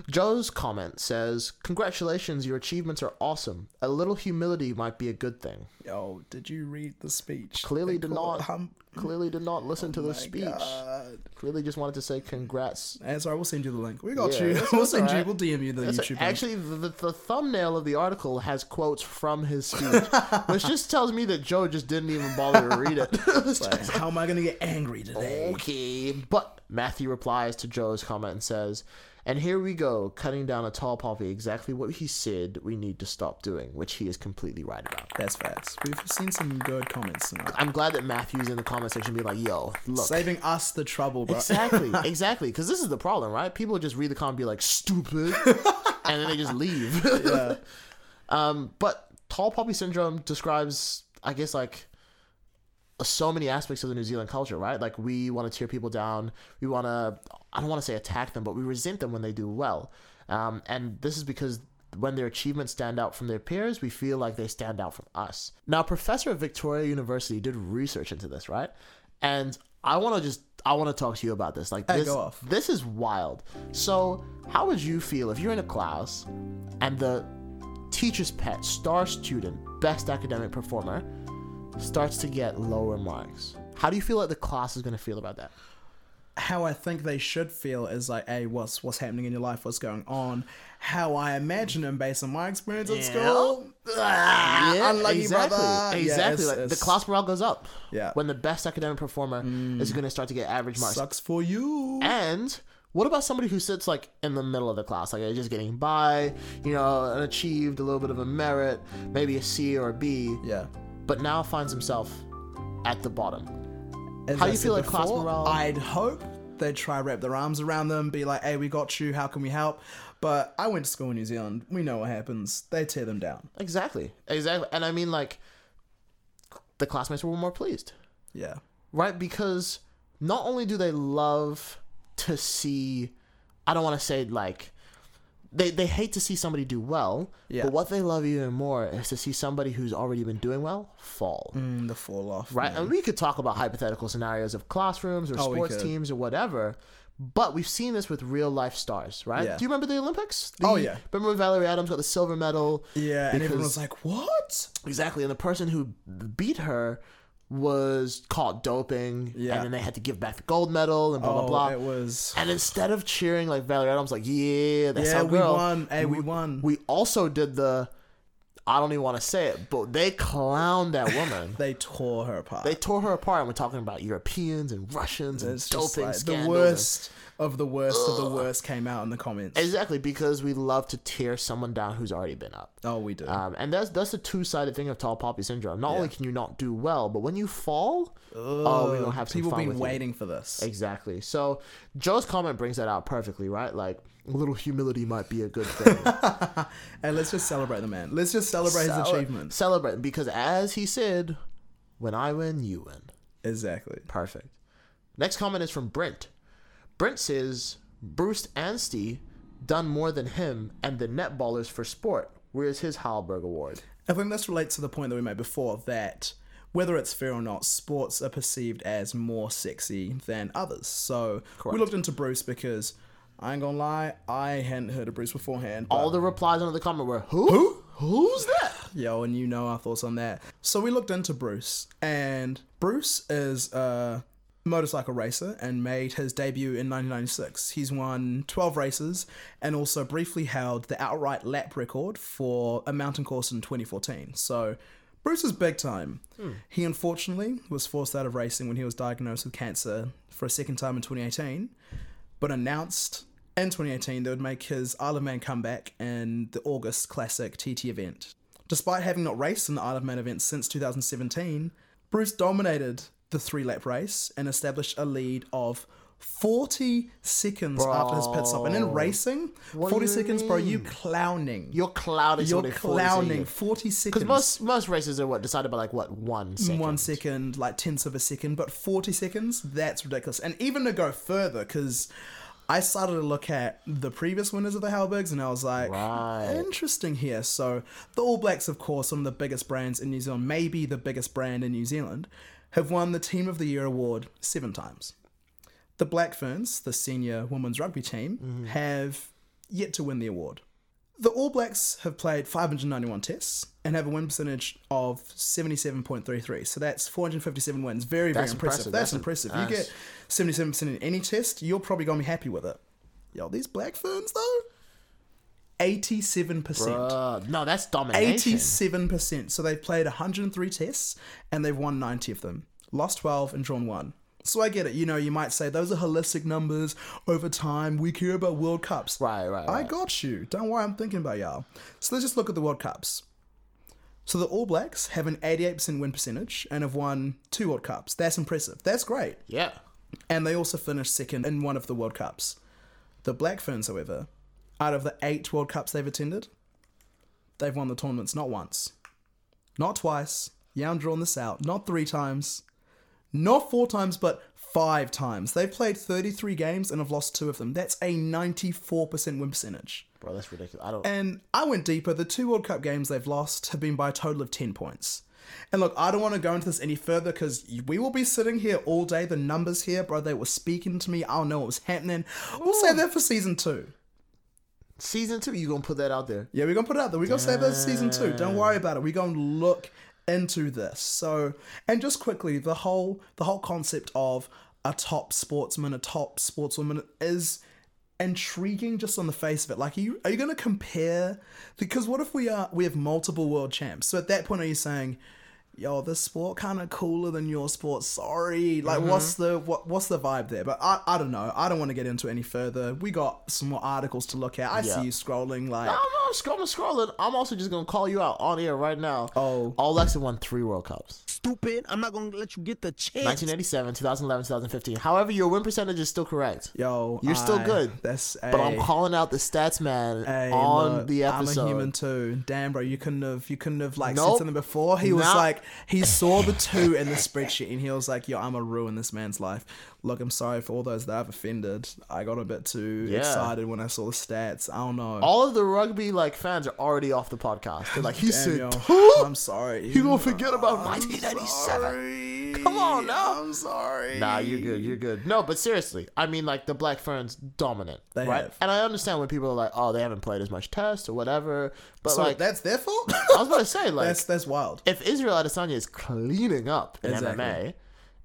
S1: Joe's comment says, "Congratulations, your achievements are awesome. A little humility might be a good thing."
S2: Yo, Oh, did you read the speech?
S1: Clearly
S2: They
S1: did
S2: call
S1: not.
S2: it hum-
S1: Clearly did not listen to the
S2: Oh My
S1: speech.
S2: God.
S1: Clearly just wanted to say congrats.
S2: And sorry, we'll send you the link. We got
S1: Yeah,
S2: you.
S1: that's-
S2: <laughs> We'll
S1: that's
S2: send you.
S1: alright.
S2: We'll DM you the
S1: That's-
S2: YouTube. link.
S1: actually, the, the thumbnail of the article has quotes from his
S2: <laughs>
S1: speech, which just tells me that Joe just didn't even bother to read it. <laughs> It's just-
S2: Like, how am I gonna get angry
S1: Oh.
S2: today?
S1: Okay, but Matthew replies to Joe's comment and says, "And here we go, cutting down a tall poppy. Exactly what he said we need to stop doing, which he is completely right about."
S2: That's facts. We've seen some good comments tonight.
S1: I'm glad that Matthew's in the comment section being like, "Yo, look."
S2: Saving us the trouble, bro.
S1: Exactly, exactly, because this is the problem, right? People just read the comment, and be like, "Stupid," and then they just leave. um, but tall poppy syndrome describes, I guess, like so many aspects of the New Zealand culture, right? Like we want to tear people down. We want to, I don't want to say attack them, but we resent them when they do well. Um, and this is because when their achievements stand out from their peers, we feel like they stand out from us. Now, a professor at Victoria University did research into this, right? And I want to just, I want to talk to you about this. Like this,
S2: go off.
S1: this is wild. So, how would you feel if you're in a class and the teacher's pet, star student, best academic performer, starts to get lower marks. How do you feel like the class is going to feel about that?
S2: how I think they should feel is like, hey, what's what's happening in your life? What's going on? How I imagine them based on my experience at school.
S1: Ah,
S2: Yeah, unlucky
S1: exactly.
S2: brother. Yeah,
S1: Exactly.
S2: it's-
S1: like, the
S2: it's-
S1: class morale goes up.
S2: Yeah. Mm.
S1: When the best academic performer is going to start to get average marks.
S2: Sucks for you.
S1: And what about somebody who sits like in the middle of the class, like they're just getting by, you know, and achieved a little bit of a merit, maybe a C or a B,
S2: Yeah.
S1: but now finds himself at the bottom.
S2: As
S1: How
S2: I
S1: do you
S2: said
S1: feel like class morale-
S2: I'd hope they'd try wrap their arms around them, be like, hey, we got you. How can we help? But I went to school in New Zealand. We know what happens. They tear them down.
S1: Exactly. Exactly. And I mean, like, the classmates were more pleased.
S2: Yeah.
S1: right? Because not only do they love to see, I don't want to say like, they, they hate to see somebody do well,
S2: Yeah.
S1: but what they love even more is to see somebody who's already been doing well fall,
S2: Mm, the fall off.
S1: right? And we could talk about hypothetical scenarios of classrooms or
S2: Oh, we
S1: sports
S2: could.
S1: teams or whatever. But we've seen this with real life stars, right?
S2: Yeah.
S1: Do you remember the Olympics? The-
S2: Oh, yeah.
S1: Remember when Valerie Adams got the silver medal?
S2: Yeah. And everyone
S1: Because-
S2: was like, what?
S1: Exactly, and the person who beat her was caught doping,
S2: Yeah.
S1: and then they had to give back the gold medal and blah
S2: Oh,
S1: blah blah.
S2: it was.
S1: And instead of cheering like Valerie Adams, like yeah, that's
S2: Yeah,
S1: our
S2: we
S1: girl.
S2: won. Hey, we won.
S1: We also did the. I don't even want to say it, but they clowned that
S2: <laughs>
S1: woman.
S2: they tore her apart.
S1: they tore her apart, and we're talking about Europeans and Russians and
S2: It's just
S1: doping
S2: like
S1: scandals.
S2: the
S1: and-
S2: worst of the worst of the worst came out in the comments.
S1: Exactly, because we love to tear someone down who's already been up.
S2: oh, we do.
S1: Um, and that's that's the two sided thing of tall poppy syndrome. Not only can you not do well, but when you fall, oh, we don't have some
S2: People
S1: fun
S2: been
S1: with you.
S2: waiting for this.
S1: Exactly. So Joe's comment brings that out perfectly, right? Like a little humility might be a good thing.
S2: Hey, let's just celebrate the man. Let's just celebrate <laughs> his
S1: Cele-
S2: achievements.
S1: Celebrate because as he said, when I win, you win.
S2: Exactly.
S1: Perfect. Next comment is from Brent. Brent says Bruce Anstey done more than him and the netballers for sport. Where's his Halberg Award?
S2: I think this relates to the point that we made before that whether it's fair or not, sports are perceived as more sexy than others. So we looked into Bruce because I ain't gonna lie, I hadn't heard of Bruce beforehand. but-
S1: All the replies under the comment were who? Who? Who's that?
S2: <sighs> Yo, and you know our thoughts on that. So we looked into Bruce, and Bruce is a motorcycle racer and made his debut in 1996. He's won 12 races and also briefly held the outright lap record for a mountain course in 2014. So Bruce is big time.
S1: Hmm.
S2: He unfortunately was forced out of racing when he was diagnosed with cancer for a second time in 2018 but announced in 2018 they would make his Isle of Man comeback in the August Classic TT event. Despite having not raced in the Isle of Man event since 2017, Bruce dominated the three lap race and established a lead of 40 seconds after his pit stop. And in racing, 40
S1: do you
S2: seconds, bro, you clowning.
S1: You're clowning.
S2: You're
S1: somebody for this
S2: clowning
S1: year.
S2: 40 seconds.
S1: Most most races are what decided by like what one second.
S2: One second, like tenths of a second, but 40 seconds, that's ridiculous. And even to go further, because I started to look at the previous winners of the Halbergs and I was like,
S1: Right.
S2: interesting here. So the All Blacks, of course, some of the biggest brands in New Zealand, maybe the biggest brand in New Zealand, have won the Team of the Year award seven times. The Black Ferns, the senior women's rugby team,
S1: Mm-hmm.
S2: have yet to win the award. The All Blacks have played 591 tests and have a win percentage of 77.33. So that's 457 wins. Very, very
S1: That's
S2: impressive.
S1: impressive.
S2: That's,
S1: That's
S2: impressive.
S1: nice.
S2: You get 77% in any test, you're probably going to be happy with it. Yo, these Black Ferns, though? 87%.
S1: Uh, no, that's domination.
S2: 87%. So they've played 103 tests and they've won 90 of them, lost 12 and drawn 1. So I get it. You know, you might say those are holistic numbers over time. We care about World Cups.
S1: Right, right,
S2: I
S1: right.
S2: got you. Don't worry, I'm thinking about y'all. So let's just look at the World Cups. So the All Blacks have an 88% win percentage and have won two World Cups. That's impressive. That's great.
S1: yeah.
S2: And they also finished second in one of the World Cups. The Black Ferns, however, out of the eight World Cups they've attended, they've won the tournaments not once, not twice. Yeah, I'm drawing this out. Not three times, not four times, but five times. They've played 33 games and have lost two of them. That's a 94% win percentage.
S1: Bro, that's ridiculous. I don't.
S2: And I went deeper. The two World Cup games they've lost have been by a total of 10 points. And look, I don't want to go into this any further because we will be sitting here all day. The numbers here, bro, they were speaking to me. I don't know what was happening. We'll save that for season two.
S1: season two, you gonna put that out there?
S2: Yeah, we're going to put it out there. We're going to save that for season two. Don't worry about it. We're going to look into this. So, and just quickly, the whole the whole concept of a top sportsman, a top sportswoman is intriguing just on the face of it. Like, are you are you going to compare? Because what if we are we have multiple world champs? So at that point, are you saying, "Yo, this sport kind of cooler than your sport"? Sorry, like, what's the what what's the vibe there? But I I don't know. I don't want to get into it any further. We got some more articles to look at. I
S1: Yeah.
S2: see you scrolling like.
S1: I'm, I'm scrolling, scrolling. I'm also just gonna call you out on air right now.
S2: Oh.
S1: Alexa won three World Cups:
S3: stupid. I'm not gonna let you get the chance.
S1: 1987, 2011, 2015. However, your win percentage is still correct.
S2: Yo,
S1: You're still
S2: I-
S1: good,
S2: That's a,
S1: But I'm calling out the stats man
S2: hey,
S1: on
S2: look,
S1: the episode.
S2: I'm a human too. Damn, bro, you couldn't have you couldn't have like said
S1: Nope.
S2: something before. He was
S1: Nah.
S2: like, he saw the two in the spreadsheet, and he was like, "Yo, I'm gonna ruin this man's life." Look, I'm sorry for all those that I've offended. I got a bit too
S1: Yeah.
S2: excited when I saw the stats. I don't know.
S1: All of the rugby like fans are already off the podcast. They're like, he
S2: Damn, yo,
S1: said, "Two?"
S2: I'm sorry.
S1: You gonna forget about 1997?
S2: Come
S1: on now.
S2: I'm sorry.
S1: Nah, you're good. You're good. No, but seriously, I mean, like the Black Ferns dominant,
S2: They
S1: right?
S2: have.
S1: And I understand when people are like, "Oh, they haven't played as much test or whatever," but
S2: So
S1: like,
S2: that's their
S1: <laughs>
S2: fault.
S1: I was gonna
S2: <laughs>
S1: say, like,
S2: that's that's wild.
S1: if Israel Adesanya is cleaning up in
S2: Exactly.
S1: MMA,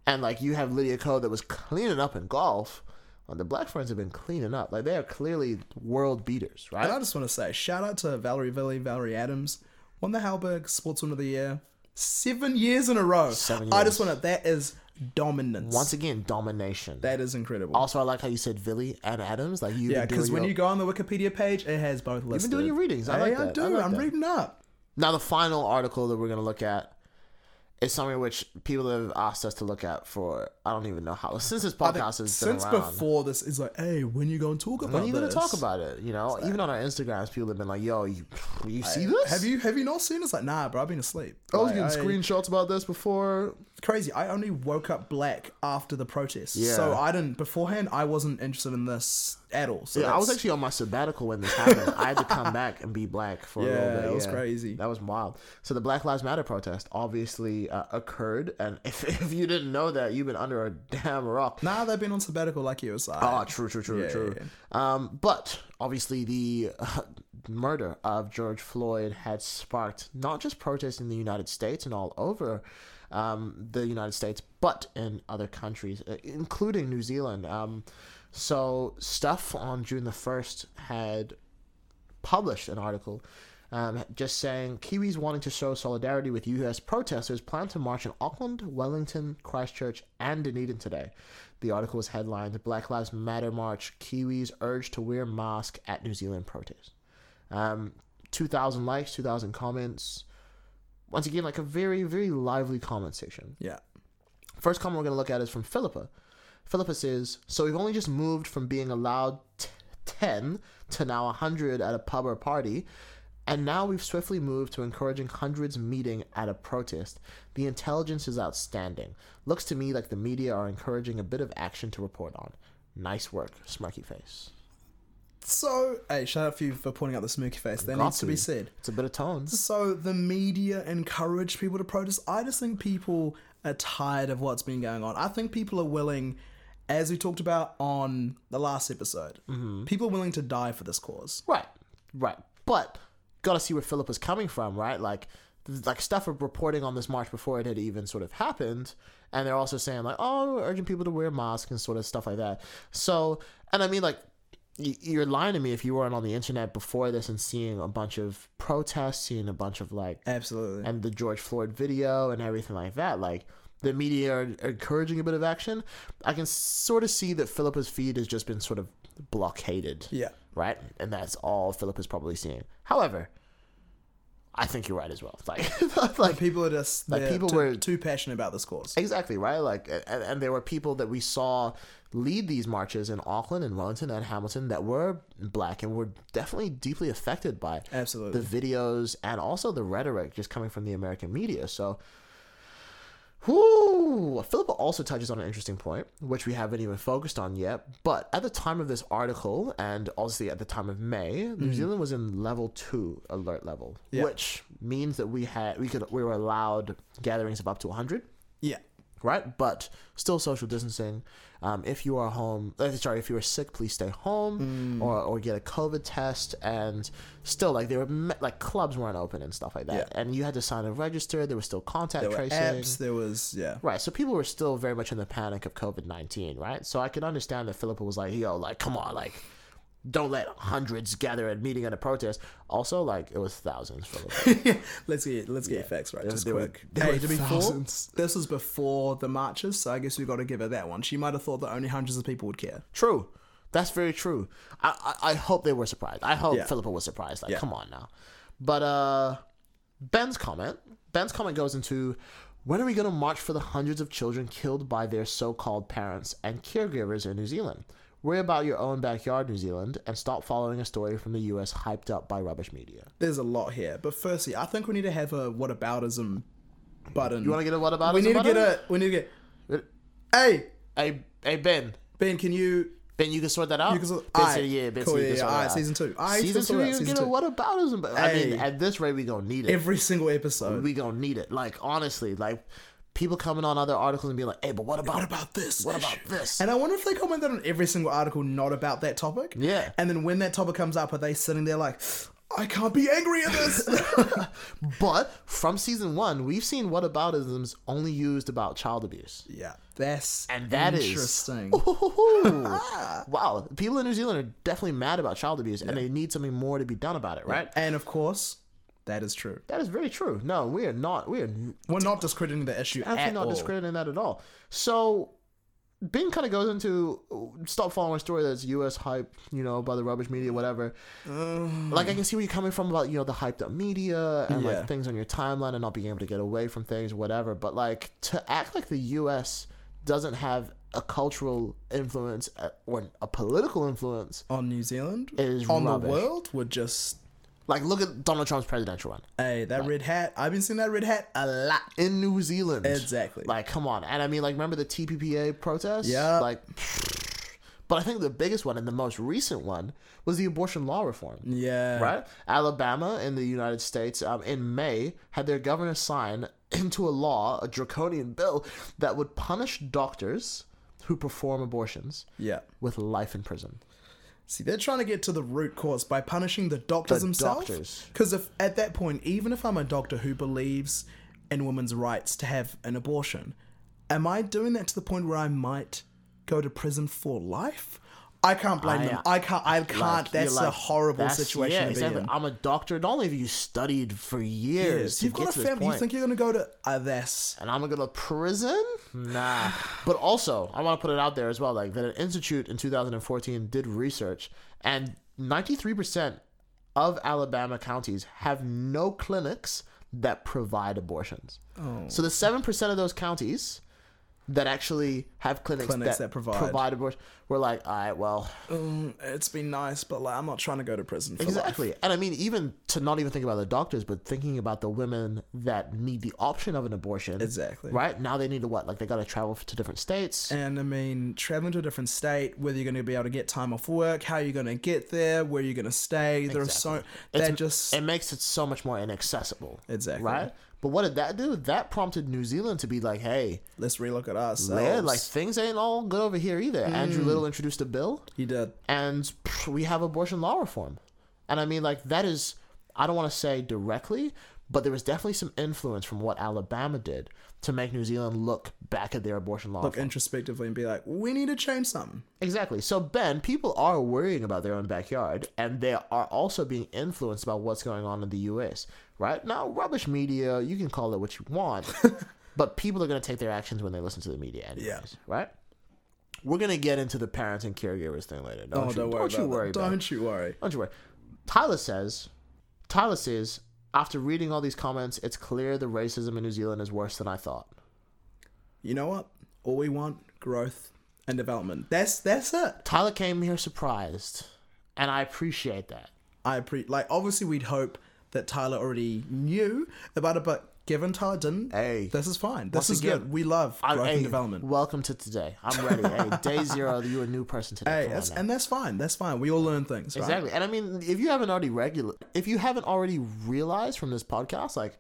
S1: and like you have Lydia Ko that was cleaning up in golf, well, the Black Ferns have been cleaning up. Like they are clearly world beaters, right?
S2: And I just want to say, shout out to Valerie Villy, Valerie Adams, won the Halberg Sportswoman of the Year seven years in a row.
S1: Seven
S2: I
S1: years.
S2: just want to, that is dominance.
S1: Once again, domination.
S2: that is incredible.
S1: also, I like how you said Villy and Adams. Like you,
S2: yeah,
S1: yeah,
S2: because when you go on the Wikipedia page, it has both listed.
S1: been doing your readings. I
S2: hey,
S1: like
S2: I
S1: that.
S2: do.
S1: I like
S2: I'm
S1: that.
S2: reading up.
S1: Now, the final article that we're going to look at is something which people have asked us to look at for I don't even know how <laughs> since this podcast has been
S2: Since
S1: around.
S2: before this, it's like, hey, when you going to talk about
S1: when are you going to
S2: this?
S1: talk about it? You know, even on our Instagrams, people have been like, "Yo, you, <laughs> you see this?
S2: Have you have you not seen? it? It's like, nah, bro, I've been asleep.
S1: I was
S2: Like,
S1: getting screenshots about this before.
S2: crazy. I only woke up black after the protest,
S1: Yeah.
S2: so I didn't beforehand. I wasn't interested in this at all. So
S1: Yeah, I was
S2: that's-
S1: actually on my sabbatical when this happened. I had to
S2: <laughs>
S1: come back and be black for a little
S2: Yeah,
S1: bit.
S2: that was crazy.
S1: That was wild. So the Black Lives Matter protest obviously uh, occurred, and <laughs> if, if you didn't know that, you've been under a damn rock.
S2: nah, they've been on sabbatical like you was.
S1: Oh, true, true, true,
S2: Yeah,
S1: true.
S2: yeah,
S1: Um, but obviously, the uh, murder of George Floyd had sparked not just protests in the United States and all over um, the United States, but in other countries, uh, including New Zealand. Um, so, Stuff on June the 1st had published an article um, just saying Kiwis wanting to show solidarity with U.S. protesters plan to march in Auckland, Wellington, Christchurch, and Dunedin today. The article was headlined Black Lives Matter March Kiwis Urged to Wear Mask at New Zealand Protest. Um, 2,000 likes, 2,000 comments. Once again, like a very, very lively comment section.
S2: yeah.
S1: First comment we're going to look at is from Philippa. Philippa says, So we've only just moved from being allowed t- 10 to now 100 at a pub or party, and now we've swiftly moved to encouraging hundreds meeting at a protest. The intelligence is outstanding. Looks to me like the media are encouraging a bit of action to report on. Nice work, smirky face.
S2: So, hey, shout out for you for pointing out the smirky face. That needs to be
S1: Grazie.
S2: said.
S1: It's a bit of tones.
S2: So the media encourage people to protest. I just think people are tired of what's been going on. I think people are willing, as we talked about on the last episode,
S1: Mm-hmm.
S2: people are willing to die for this cause.
S1: Right, right. But gotta see where Philip was coming from, right? Like, th- like stuff of reporting on this march before it had even sort of happened, and they're also saying like, oh, we're urging people to wear masks and sort of stuff like that. So, and I mean like. y- You're lying to me if you weren't on the internet before this and seeing a bunch of protests, seeing a bunch of like
S2: Absolutely.
S1: and the George Floyd video and everything like that. Like the media are encouraging a bit of action. I can sort of see that Philippa's feed has just been sort of blockaded.
S2: Yeah.
S1: Right? And that's all Philippa's probably seeing. However, I think you're right as well. <laughs> Like, like
S2: people are just
S1: Like,
S2: they're
S1: people
S2: too,
S1: were-
S2: too passionate about this cause.
S1: Exactly right. Like, a- and, and there were people that we saw lead these marches in Auckland and Wellington and Hamilton that were black and were definitely deeply affected by
S2: Absolutely.
S1: the videos and also the rhetoric just coming from the American media. So, whoo, Philippa also touches on an interesting point which we haven't even focused on yet. But at the time of this article, and obviously at the time of May, New Zealand was in level two alert level,
S2: Mm. Yeah.
S1: which means that we had we could we were allowed gatherings of up to hundred
S2: Yeah.
S1: right? But still social distancing. Um, if you are home, uh, sorry, if you are sick, please stay
S2: Mm.
S1: home or, or get a COVID test. And still, like they were me- like clubs weren't open and stuff like that. And you had to sign and register. There was still contact
S2: There were
S1: tracing.
S2: apps. There was yeah.
S1: Right, so people were still very much in the panic of COVID nineteen, right? So I could understand that Philippa was like, "Yo, like, come on, like, don't let hundreds gather at meeting at a protest." Also, like, it was thousands. Philippa.
S2: <laughs> let's get let's get facts right. Just
S1: there were-
S2: quick.
S1: there were
S2: hey, to be fair,
S1: thousands.
S2: this was before the marches, so I guess we've got to give her that one. She might have thought that only hundreds of people would care.
S1: True. That's very true. I, I, I hope they were surprised. I hope
S2: Yeah.
S1: Philippa was surprised. Like, come on now. But uh, Ben's comment. Ben's comment goes into when are we going to march for the hundreds of children killed by their so-called parents and caregivers in New Zealand? Worry about your own backyard, New Zealand, and stop following a story from the U.S. hyped up by rubbish media.
S2: There's a lot here, but firstly, I think we need to have a whataboutism button.
S1: You want to get a what about?
S2: we
S1: us
S2: need to
S1: about
S2: get
S1: it?
S2: a. We need to get. Hey,
S1: Hey, hey, Ben.
S2: Ben, can you?
S1: Ben, you can sort that out.
S2: You can sort-
S1: ben
S2: Aight,
S1: said, yeah, Ben
S2: cool,
S1: said you
S2: yeah,
S1: can
S2: yeah,
S1: sort that
S2: aight,
S1: out.
S2: season two. Aight,
S1: season
S2: sort
S1: two,
S2: that out,
S1: you can
S2: season
S1: get a
S2: two.
S1: what about us? But, I mean,
S2: Hey.
S1: at this rate, we gonna need it.
S2: Every single episode.
S1: we gonna need it. Like honestly, like people coming on other articles and being like, "Hey, but what about
S2: what about this?
S1: what about
S2: issue?
S1: this?"
S2: And I wonder if they commented on every single article not about that topic.
S1: Yeah.
S2: And then when that topic comes up, are they sitting there like, I can't be angry at this?
S1: <laughs> but from season one, we've seen whataboutisms only used about child abuse,
S2: yeah. That's
S1: and that is
S2: interesting.
S1: wow, people in New Zealand are definitely mad about child abuse, and they need something more to be done about it, <laughs> right?
S2: And of course, that is true.
S1: That is very true. No, we are not. We are
S2: We're not discrediting the issue
S1: absolutely
S2: at
S1: not
S2: all.
S1: discrediting that at all. So Bing kind of goes into stop following a story that's U.S. hype, you know, by the rubbish media, whatever. like I can see where you're coming from about you know the hyped up media and
S2: Yeah.
S1: like things on your timeline and not being able to get away from things, whatever. But like to act like the U.S. doesn't have a cultural influence uh, or a political influence
S2: on New Zealand,
S1: is
S2: on
S1: rubbish.
S2: the world, would just
S1: Like look at Donald Trump's presidential run
S2: hey that red hat. I've been seeing that red hat a lot.
S1: in New Zealand.
S2: Exactly.
S1: Like come on, and I mean like remember the TPPA protests?
S2: Yeah.
S1: Like. But I think the biggest one and the most recent one was the abortion law reform.
S2: yeah,
S1: right? Alabama in the United States um, in May had their governor sign <clears throat> into a law, a draconian bill, that would punish doctors who perform abortions
S2: Yeah.
S1: with life in prison.
S2: See, they're trying to get to the root cause by punishing the doctors
S1: The
S2: themselves.
S1: doctors.
S2: Because if at that point, even if I'm a doctor who believes in women's rights to have an abortion, am I doing that to the point where I might go to prison for life? I can't blame
S1: I-
S2: them. I can't. I can't.
S1: Like,
S2: that's
S1: you're
S2: a
S1: like,
S2: horrible
S1: that's-
S2: situation to be in.
S1: I'm a doctor. Not only have you studied for years,
S2: You've
S1: to get
S2: got a
S1: to this
S2: family. You
S1: point,
S2: think you're going to go to uh, this?
S1: and I'm gonna go to prison? Nah. But also, I want to put it out there as well, like that an institute in 2014 did research, and 93% of Alabama counties have no clinics that provide abortions. So the seven percent of those counties that actually have clinics,
S2: Clinics
S1: that,
S2: that provide.
S1: provide abortion, we're like, all right, well,
S2: Mm, it's been nice, but like, I'm not trying to go to prison for life.
S1: Exactly. And I mean, even to not even think about the doctors, but thinking about the women that need the option of an abortion.
S2: Exactly.
S1: Right? Now they need to what? Like, they got to travel f- to different states.
S2: And I mean, traveling to a different state, whether you're going to be able to get time off work, how you're going to get there, where you're going to stay. There are so
S1: It's-
S2: that just
S1: It makes it so much more inaccessible.
S2: Exactly.
S1: Right? But what did that do? That prompted New Zealand to be like, hey,
S2: let's relook at us.
S1: man, like, things ain't all good over here either. Andrew
S2: Mm.
S1: Little introduced a bill.
S2: he did.
S1: and pff, we have abortion law reform. And I mean, like, that is, I don't want to say directly, but there was definitely some influence from what Alabama did to make New Zealand look back at their abortion law.
S2: Look
S1: reform.
S2: introspectively and be like, we need to change something.
S1: Exactly. So, Ben, people are worrying about their own backyard, and they are also being influenced by what's going on in the U.S., right? Now, rubbish media, you can call it what you
S2: <laughs>
S1: want, but people are going to take their actions when they listen to the media, anyways,
S2: Yeah.
S1: right? We're going to get into the parents and caregivers thing later. Don't
S2: Oh,
S1: you,
S2: don't worry.
S1: don't you
S2: about
S1: worry
S2: that.
S1: Ben.
S2: Don't you worry.
S1: Don't you worry. Tyler says, Tyler says, after reading all these comments, it's clear the racism in New Zealand is worse than I thought.
S2: You know what? All we want growth and development. That's that's it.
S1: Tyler came here surprised, and I appreciate that.
S2: I pre like obviously we'd hope that Tyler already knew about it, but given Tyler didn't,
S1: Hey.
S2: this is fine. This
S1: Once
S2: is
S1: again,
S2: good. We love
S1: I-
S2: growth
S1: hey,
S2: and development.
S1: Welcome to today. I'm ready. hey,
S2: <laughs>
S1: day zero, you're a new person today.
S2: Hey,
S1: Come on
S2: that's,
S1: now.
S2: and that's fine. That's fine. We all learn things, right?
S1: Exactly. And I mean, if you haven't already regular, if you haven't already realized from this podcast, like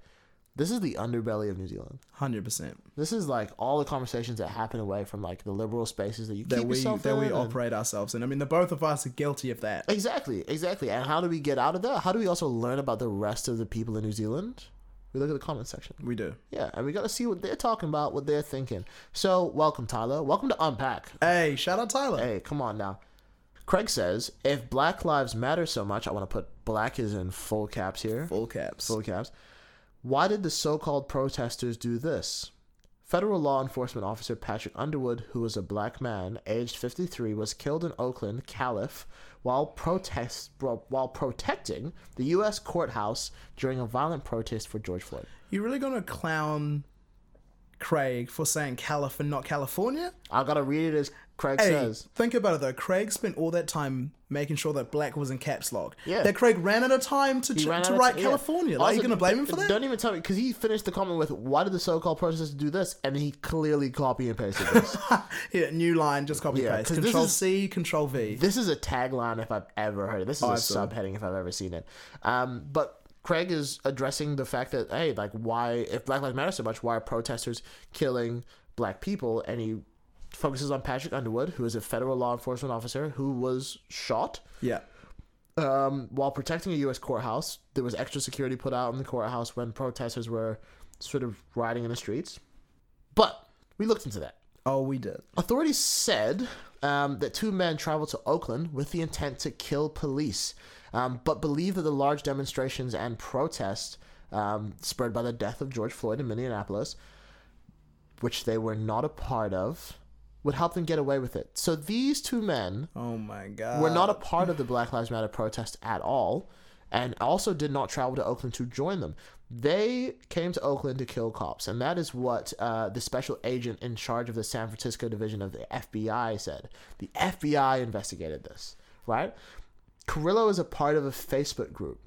S1: this is the underbelly of New Zealand.
S2: Hundred percent.
S1: This is like all the conversations that happen away from like the liberal spaces that you
S2: That
S1: keep
S2: we
S1: yourself
S2: that
S1: in
S2: we
S1: and-
S2: operate ourselves in. I mean, the both of us are guilty of that.
S1: Exactly, exactly. And how do we get out of that? How do we also learn about the rest of the people in New Zealand? We look at the comment section.
S2: We do.
S1: Yeah, and we got to see what they're talking about, what they're thinking. So, welcome, Tyler. Welcome to Unpack.
S2: Hey, shout out Tyler.
S1: Hey, come on now. Craig says, if Black Lives Matter so much, I want to put black is in full caps here.
S2: Full caps.
S1: Full caps. Why did the so called protesters do this? Federal law enforcement officer Patrick Underwood, who was a black man aged 53, was killed in Oakland, Calif, while, protest, while protecting the U.S. courthouse during a violent protest for George Floyd.
S2: You really gonna clown Craig for saying Calif and not California?
S1: I gotta read it as Craig
S2: Hey,
S1: says.
S2: think about it though. Craig spent all that time making sure that black was in caps lock.
S1: Yeah.
S2: That Craig ran out of time to, ch-
S1: He ran
S2: to
S1: out of-
S2: write
S1: yeah.
S2: California. Like,
S1: Also,
S2: you gonna blame him for that?
S1: Don't even tell me, because he finished the comment with, why did the so-called protesters do this? And he clearly copy and pasted this.
S2: <laughs> yeah, new line, just copy
S1: Yeah,
S2: paste.
S1: 'cause this
S2: Control
S1: is-
S2: C, Control V.
S1: This is a tagline if I've ever heard it. This is a
S2: absolutely.
S1: subheading if I've ever seen it. Um, but Craig is addressing the fact that hey, like why if Black Lives Matter so much, why are protesters killing black people? And he focuses on Patrick Underwood, who is a federal law enforcement officer who was shot
S2: yeah.
S1: um, while protecting a U.S. courthouse. There was extra security put out in the courthouse when protesters were sort of riding in the streets. But we looked into that.
S2: Oh, we did.
S1: Authorities said um, that two men traveled to Oakland with the intent to kill police, um, but believe that the large demonstrations and protests um, spread by the death of George Floyd in Minneapolis, which they were not a part of, would help them get away with it. So these two men
S2: Oh my god.
S1: were not a part of the Black Lives Matter protest at all, and also did not travel to Oakland to join them. They came to Oakland to kill cops, and that is what uh, the special agent in charge of the San Francisco division of the FBI said. The FBI investigated this, right? Carrillo is a part of a Facebook group.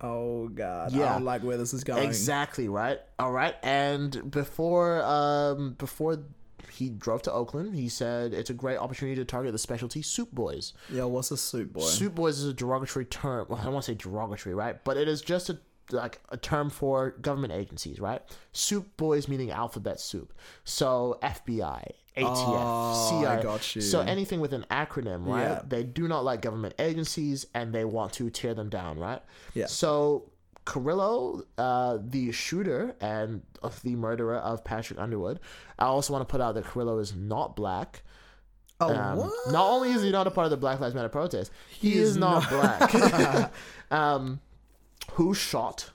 S2: Oh god. I
S1: Yeah.
S2: don't like where this is going.
S1: Exactly right. All right, and before um before he drove to Oakland, he said it's a great opportunity to target the specialty soup boys.
S2: Yo, what's a soup boy?
S1: Soup boys is a derogatory term. Well, I don't want to say derogatory, right? But it is just a like a term for government agencies, right? Soup boys meaning alphabet soup. So FBI, ATF,
S2: Oh,
S1: CIA.
S2: I got you.
S1: So anything with an acronym, right?
S2: Yeah.
S1: They do not like government agencies and they want to tear them down, right?
S2: Yeah.
S1: So Carrillo, uh, the shooter and of the murderer of Patrick Underwood, I also want to put out that Carrillo is not black.
S2: oh
S1: Um,
S2: what?
S1: Not only is he not a part of the Black Lives Matter protest, he, is,
S2: is
S1: not, <laughs> black. um, who shot,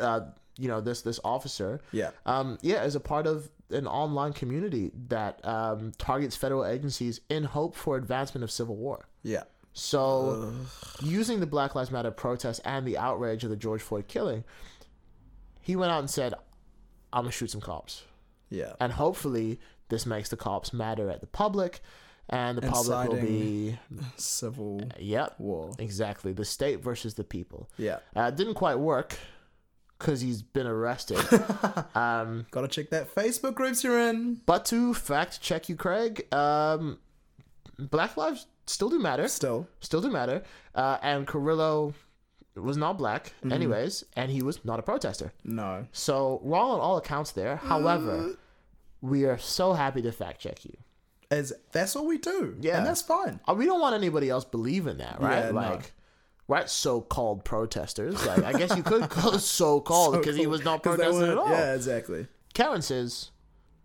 S1: uh, you know, this this officer?
S2: Yeah.
S1: Um, yeah, is a part of an online community that um, targets federal agencies in hope for advancement of civil war.
S2: Yeah.
S1: So, using the Black Lives Matter protest and the outrage of the George Floyd killing, he went out and said, "I'm gonna shoot some cops."
S2: Yeah.
S1: and hopefully this makes the cops madder at the public and the public will be
S2: Civil
S1: yep
S2: war.
S1: exactly the state versus the people
S2: Yeah.
S1: uh, it didn't quite work because he's been
S2: <laughs>
S1: arrested um,
S2: Gotta check that Facebook groups you're in.
S1: but to fact check you craig um, black lives still do matter
S2: Still.
S1: still do matter uh, and carrillo was not black
S2: Mm-hmm.
S1: anyways and he was not a protester
S2: No.
S1: so wrong on all accounts there
S2: Uh.
S1: however we are so happy to fact check you
S2: As that's what we do.
S1: Yeah.
S2: And that's fine.
S1: Uh, we don't want anybody else believing that, right?
S2: Yeah, no.
S1: like, right? So-called protesters. Like, I guess you could call it <laughs> so-called because he was not
S2: Oh, 'Cause they
S1: protesting at
S2: weren't-
S1: all.
S2: Yeah, exactly.
S1: Karen says,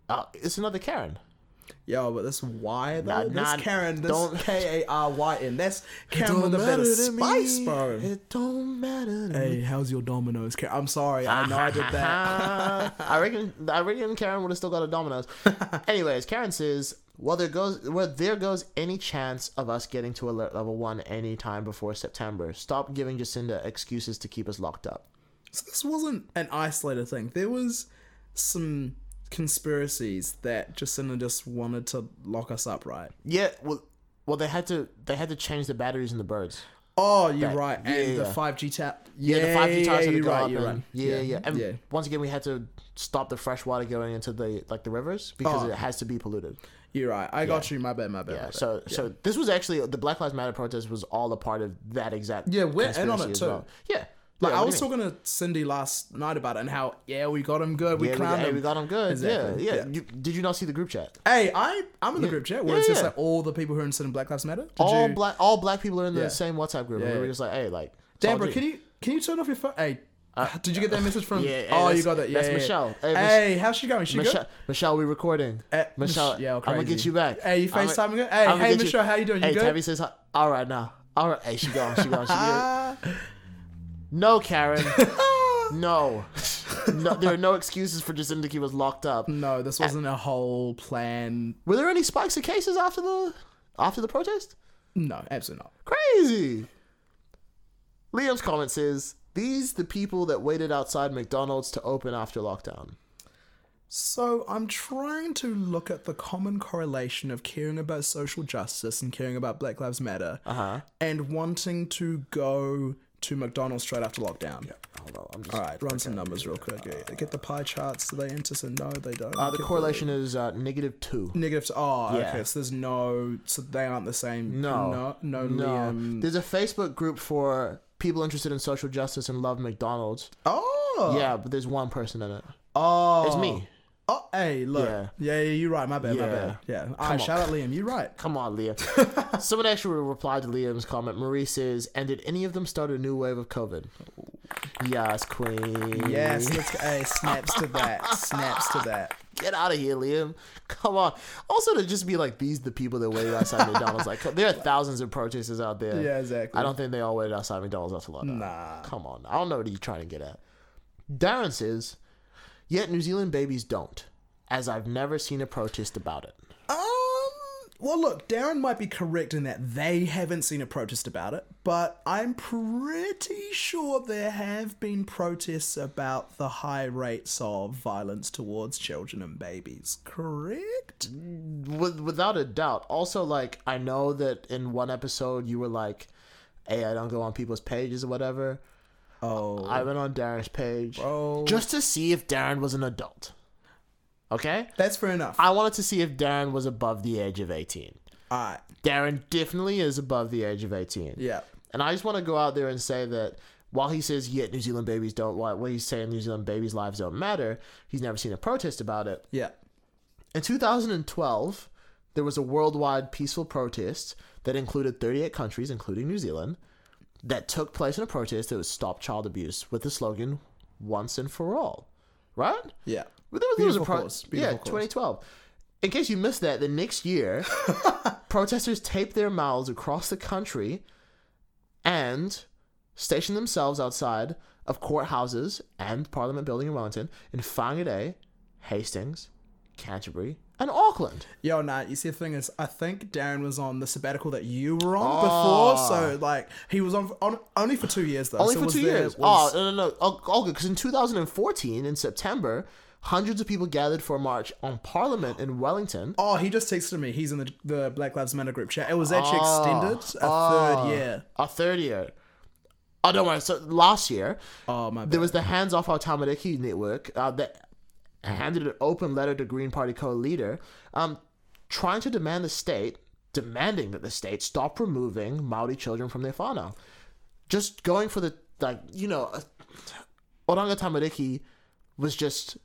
S1: uh, "It's another Karen."
S2: Yo, but this Y though,
S1: Nah,
S2: this
S1: nah,
S2: Karen,
S1: don't-
S2: this K A R Y N,
S1: <laughs>
S2: that's Karen with a bit of spice, bro.
S1: It don't matter. To
S2: Hey, how's your Domino's? Karen? I'm sorry, I know I did
S1: Uh-huh.
S2: that.
S1: Uh, I reckon. I reckon Karen would have still got a
S2: <laughs>
S1: Domino's. Anyways, Karen says, "Well, there goes well, there goes any chance of us getting to alert level one anytime before September. Stop giving Jacinda excuses to keep us locked up."
S2: So this wasn't an isolated thing. There was some conspiracies that Jacinda just wanted to lock us up, right?
S1: Yeah, well, well, they had to they had to change the batteries in the birds.
S2: Oh, you're right.
S1: yeah,
S2: And the
S1: yeah.
S2: 5G tap.
S1: Yeah, the five G towers
S2: yeah,
S1: had to
S2: you're
S1: go
S2: right,
S1: up.
S2: you're
S1: and-
S2: right.
S1: Yeah, yeah, And
S2: yeah.
S1: once again, we had to stop the fresh water going into the like the rivers because
S2: Oh.
S1: it has to be polluted.
S2: You're right. I got you. My bad, my bad. my
S1: Yeah.
S2: bad.
S1: So, so this was actually the Black Lives Matter protest was all a part of that exact.
S2: Yeah, we're in on
S1: conspiracy
S2: it
S1: as
S2: too.
S1: well. Yeah.
S2: Like
S1: Yeah,
S2: I
S1: what
S2: was
S1: do you mean?
S2: talking to Cindy last night about it and how yeah we got him good we
S1: Yeah, we,
S2: clowned
S1: got,
S2: him
S1: we got 'em good.
S2: Exactly.
S1: Yeah, yeah.
S2: Yeah.
S1: You, did you not see the group chat?
S2: hey I I'm in the group chat where
S1: Yeah,
S2: it's just
S1: yeah.
S2: like all the people who are interested in Black Lives Matter Did
S1: all
S2: you-
S1: black, all black people are in the
S2: Yeah.
S1: same WhatsApp group. and we
S2: yeah.
S1: were just like, hey, like,
S2: Dan,
S1: all
S2: bro,
S1: G.
S2: can you can you turn off your phone hey did you get that message from
S1: Uh, yeah, hey,
S2: oh you
S1: that's-
S2: got that yeah
S1: that's
S2: yeah, yeah.
S1: Michelle. Hey,
S2: hey,
S1: Mich-
S2: how's she going she
S1: Michelle, Michelle, we recording.
S2: Eh,
S1: Michelle,
S2: Mich- yeah,
S1: I'm gonna get
S2: crazy.
S1: you back.
S2: Hey, you
S1: I'ma-
S2: FaceTiming her? Hey,
S1: I'ma
S2: hey,
S1: get
S2: Michelle, how you doing? You
S1: hey,
S2: good?
S1: Tabby says, hi- all right now. All right, hey, she gone, she gone, she
S2: <laughs> Ah.
S1: good. No, Karen, no, no. There are no excuses for Jacinda to keep us locked up.
S2: good no this wasn't a whole plan
S1: Were there any spikes of cases after the after the protest?
S2: no absolutely not
S1: Crazy. Liam's comment says, "These the people that waited outside McDonald's to open after lockdown."
S2: So I'm trying to look at the common correlation of caring about social justice and caring about Black Lives Matter
S1: Uh-huh.
S2: and wanting to go to McDonald's straight after lockdown.
S1: Hold on, I'm just.
S2: All right, run some numbers real quick. Get the pie charts. Do they intersect? No, they don't.
S1: Uh, the correlation is uh, negative two.
S2: Negative. Oh,
S1: Yeah.
S2: okay. So there's no. So they aren't the same.
S1: No.
S2: No. No.
S1: No,
S2: Liam.
S1: there's a Facebook group for people interested in social justice and love McDonald's.
S2: Oh.
S1: Yeah, but there's one person in it.
S2: Oh.
S1: It's me.
S2: Oh, hey, look.
S1: Yeah.
S2: Yeah. Yeah. You're right. My bad. My
S1: Yeah.
S2: bad. Yeah. All right, shout out Liam. You're right.
S1: <laughs> Come on, Liam. <laughs> Someone actually replied to Liam's comment. Marie says, "And did any of them start a new wave of COVID?" Yes, Queen.
S2: Yes, let's go. Hey, snaps to that. Snaps to that.
S1: Get out of here, Liam. <laughs> Come on. Also, to just be like, these the people that waited
S2: <laughs>
S1: outside McDonald's. Like, there are thousands of protesters out there.
S2: Yeah, exactly.
S1: I don't think they all waited outside McDonald's after lockdown.
S2: Nah.
S1: Come on. I don't know what you're trying to get at. Darren says, yet New Zealand babies don't, as I've never seen a protest about it.
S2: Um, Well, look, Darren might be correct in that they haven't seen a protest about it, but I'm pretty sure there have been protests about the high rates of violence towards children and babies, correct?
S1: with, without a doubt. Also, like I know that in one episode you were like, "Hey, I don't go on people's pages or whatever."
S2: Oh.
S1: I went on Darren's page
S2: Bro.
S1: just to see if Darren was an adult. Okay,
S2: That's fair enough.
S1: I wanted to see if Darren was above the age of eighteen.
S2: Alright,
S1: Darren definitely is above the age of eighteen.
S2: yeah.
S1: And I just want to go out there and say that while he says, yeah, New Zealand babies don't, why- what he's saying, New Zealand babies' lives don't matter, he's never seen a protest about it.
S2: Yeah.
S1: In 2012, there was a worldwide peaceful protest that included 38 countries, including New Zealand, that took place in a protest that was Stop Child Abuse with the slogan, Once and For All. Right?
S2: Yeah.
S1: Well, there was, there was a
S2: Beautiful
S1: pro-
S2: cause,
S1: yeah,
S2: beautiful cause.
S1: 2012. In case you missed that, the next
S2: <laughs>
S1: year, protesters taped their mouths across the country and stationed themselves outside of courthouses and Parliament Building in Wellington in Whangarei, Hastings, Canterbury, and Auckland.
S2: Yo, nah, you see, the thing is, I think Darren was on the sabbatical that you were on
S1: Ah.
S2: before, so, like, he was on, on only for two years, though.
S1: Only
S2: so
S1: for
S2: was
S1: two
S2: there-
S1: years.
S2: was-
S1: oh, no, no, no. Oh, oh, good. Because in 2014, in September, hundreds of people gathered for a march on Parliament in Wellington.
S2: Oh, he just texted me. He's in the, the Black Lives Matter group chat. It was actually
S1: Oh,
S2: extended a
S1: oh,
S2: third year.
S1: A third year. Oh, don't worry. So last year,
S2: Oh my
S1: there
S2: bad.
S1: was the Hands Off Our Tamariki network uh, that handed an open letter to Green Party co-leader, um, trying to demand the state, demanding that the state stop removing Maori children from their whānau. Just going for the like, you know, uh, Oranga Tamariki was just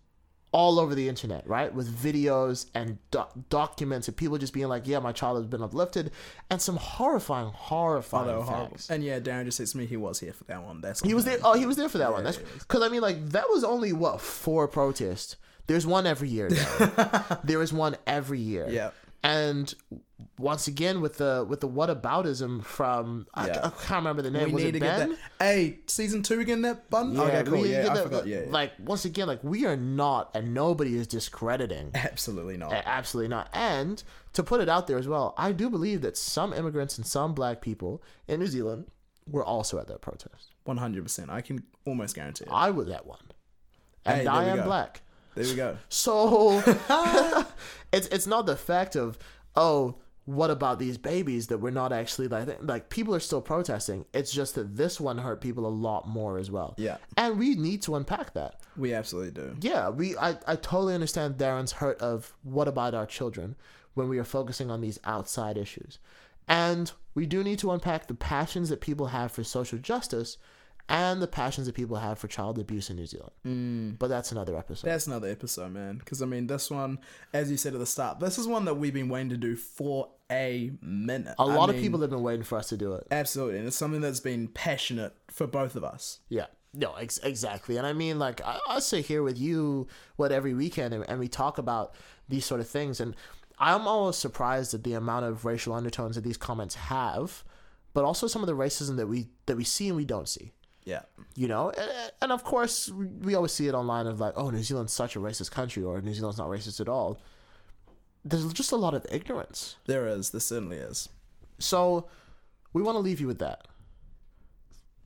S1: all over the internet, right? With videos and doc- documents and people just being like, "Yeah, my child has been uplifted," and some horrifying, horrifying
S2: Oh,
S1: facts.
S2: horrible. And yeah, Darren just texted me. He was here for that one. That's
S1: He was there. Oh, he was there for that one. That's because I mean, like that was only what four protests. There's one every year.
S2: <laughs>
S1: Now. there is one every year.
S2: Yep.
S1: And once again, with the with the whataboutism from I,
S2: Yeah.
S1: I can't remember the name.
S2: We
S1: was
S2: need
S1: it
S2: to
S1: Ben?
S2: get that. Hey, season two again? That button?
S1: Yeah,
S2: okay, cool.
S1: we need to
S2: Yeah,
S1: get
S2: I
S1: that-
S2: forgot. Yeah, yeah.
S1: Like once again, like we are not, and nobody is discrediting.
S2: absolutely not.
S1: A- Absolutely not. And to put it out there as well, I do believe that some immigrants and some black people in New Zealand were also at that protest.
S2: One hundred percent. I can almost guarantee it.
S1: I was at one, and
S2: Hey, there
S1: I
S2: we
S1: am
S2: go.
S1: black.
S2: There we
S1: <laughs>
S2: go.
S1: So it's it's not the fact of oh what about these babies that we're not actually like like people are still protesting. It's just that this one hurt people a lot more as well.
S2: Yeah.
S1: and we need to unpack that.
S2: We absolutely do.
S1: Yeah, we I, I totally understand Darren's hurt of what about our children when we are focusing on these outside issues. And we do need to unpack the passions that people have for social justice and the passions that people have for child abuse in New Zealand. Mm. But that's another episode.
S2: That's another episode, man. Because I mean, this one, as you said at the start, this is one that we've been waiting to do for a minute. Um,
S1: A lot of people have been waiting for us to do it.
S2: Absolutely, and it's something that's been passionate for both of us.
S1: Yeah. No, ex- exactly. And I mean, like, I, I sit here with you, what, every weekend, and, and we talk about these sort of things. And I'm always surprised at the amount of racial undertones that these comments have, but also some of the racism that we that we see and we don't see.
S2: Yeah.
S1: You know, and, and of course, we we always see it online of like, oh, New Zealand's such a racist country, or New Zealand's not racist at all. There's just a lot of ignorance.
S2: There is. There certainly is.
S1: So we want to leave you with that.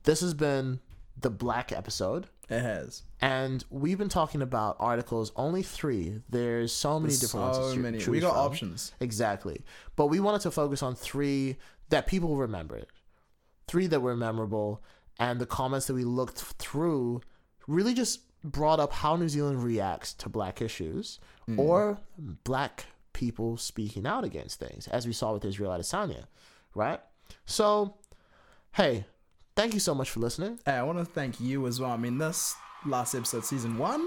S1: This has been the black episode.
S2: It has.
S1: And we've been talking about articles, only three. There's so many different ones.
S2: So
S1: to choo-
S2: many.
S1: choose
S2: We got
S1: from.
S2: options.
S1: Exactly. But we wanted to focus on three that people remembered, three that were memorable, and the comments that we looked through really just brought up how New Zealand reacts to black issues
S2: Mm.
S1: or black people speaking out against things, as we saw with Israel Adesanya, right? So, hey, thank you so much for listening.
S2: Hey, I want to thank you as well. I mean, this last episode, season one,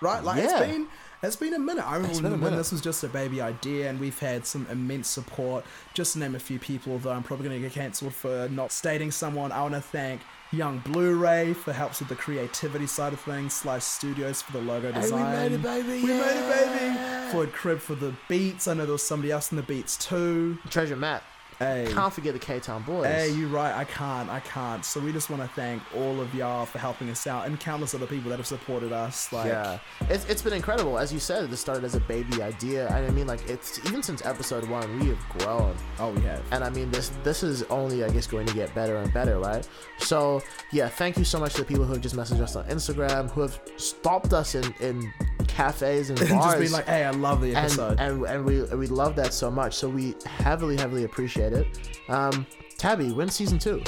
S2: right? Like it's
S1: Yeah.
S2: been it's been a minute. I remember
S1: been a
S2: when
S1: minute.
S2: this was just a baby idea, and we've had some immense support. Just to name a few people, though, I'm probably going to get cancelled for not stating someone. I want to thank Young Blu-ray for helps with the creativity side of things. Slice Studios for the logo design.
S1: made it, baby,
S2: We made it, baby.
S1: yeah.
S2: Floyd Crib for the beats. I know there was somebody else in the beats too.
S1: Treasure Matt.
S2: Hey.
S1: Can't forget the K Town boys.
S2: Hey, you're right. I can't. I can't. So we just want to thank all of y'all for helping us out and countless other people that have supported us. Like,
S1: yeah, it's, it's been incredible. As you said, this started as a baby idea, and I mean, like, it's even since episode one, we have grown.
S2: oh, we have.
S1: And I mean, this this is only, I guess, going to get better and better, right? So, yeah, thank you so much to the people who have just messaged us on Instagram, who have stopped us in, in cafes and
S2: And
S1: bars.
S2: <laughs> just be like, hey, I love the
S1: and,
S2: episode.
S1: and, and we we love that so much. So we heavily, heavily appreciate it. Um, Tabby, when's season two?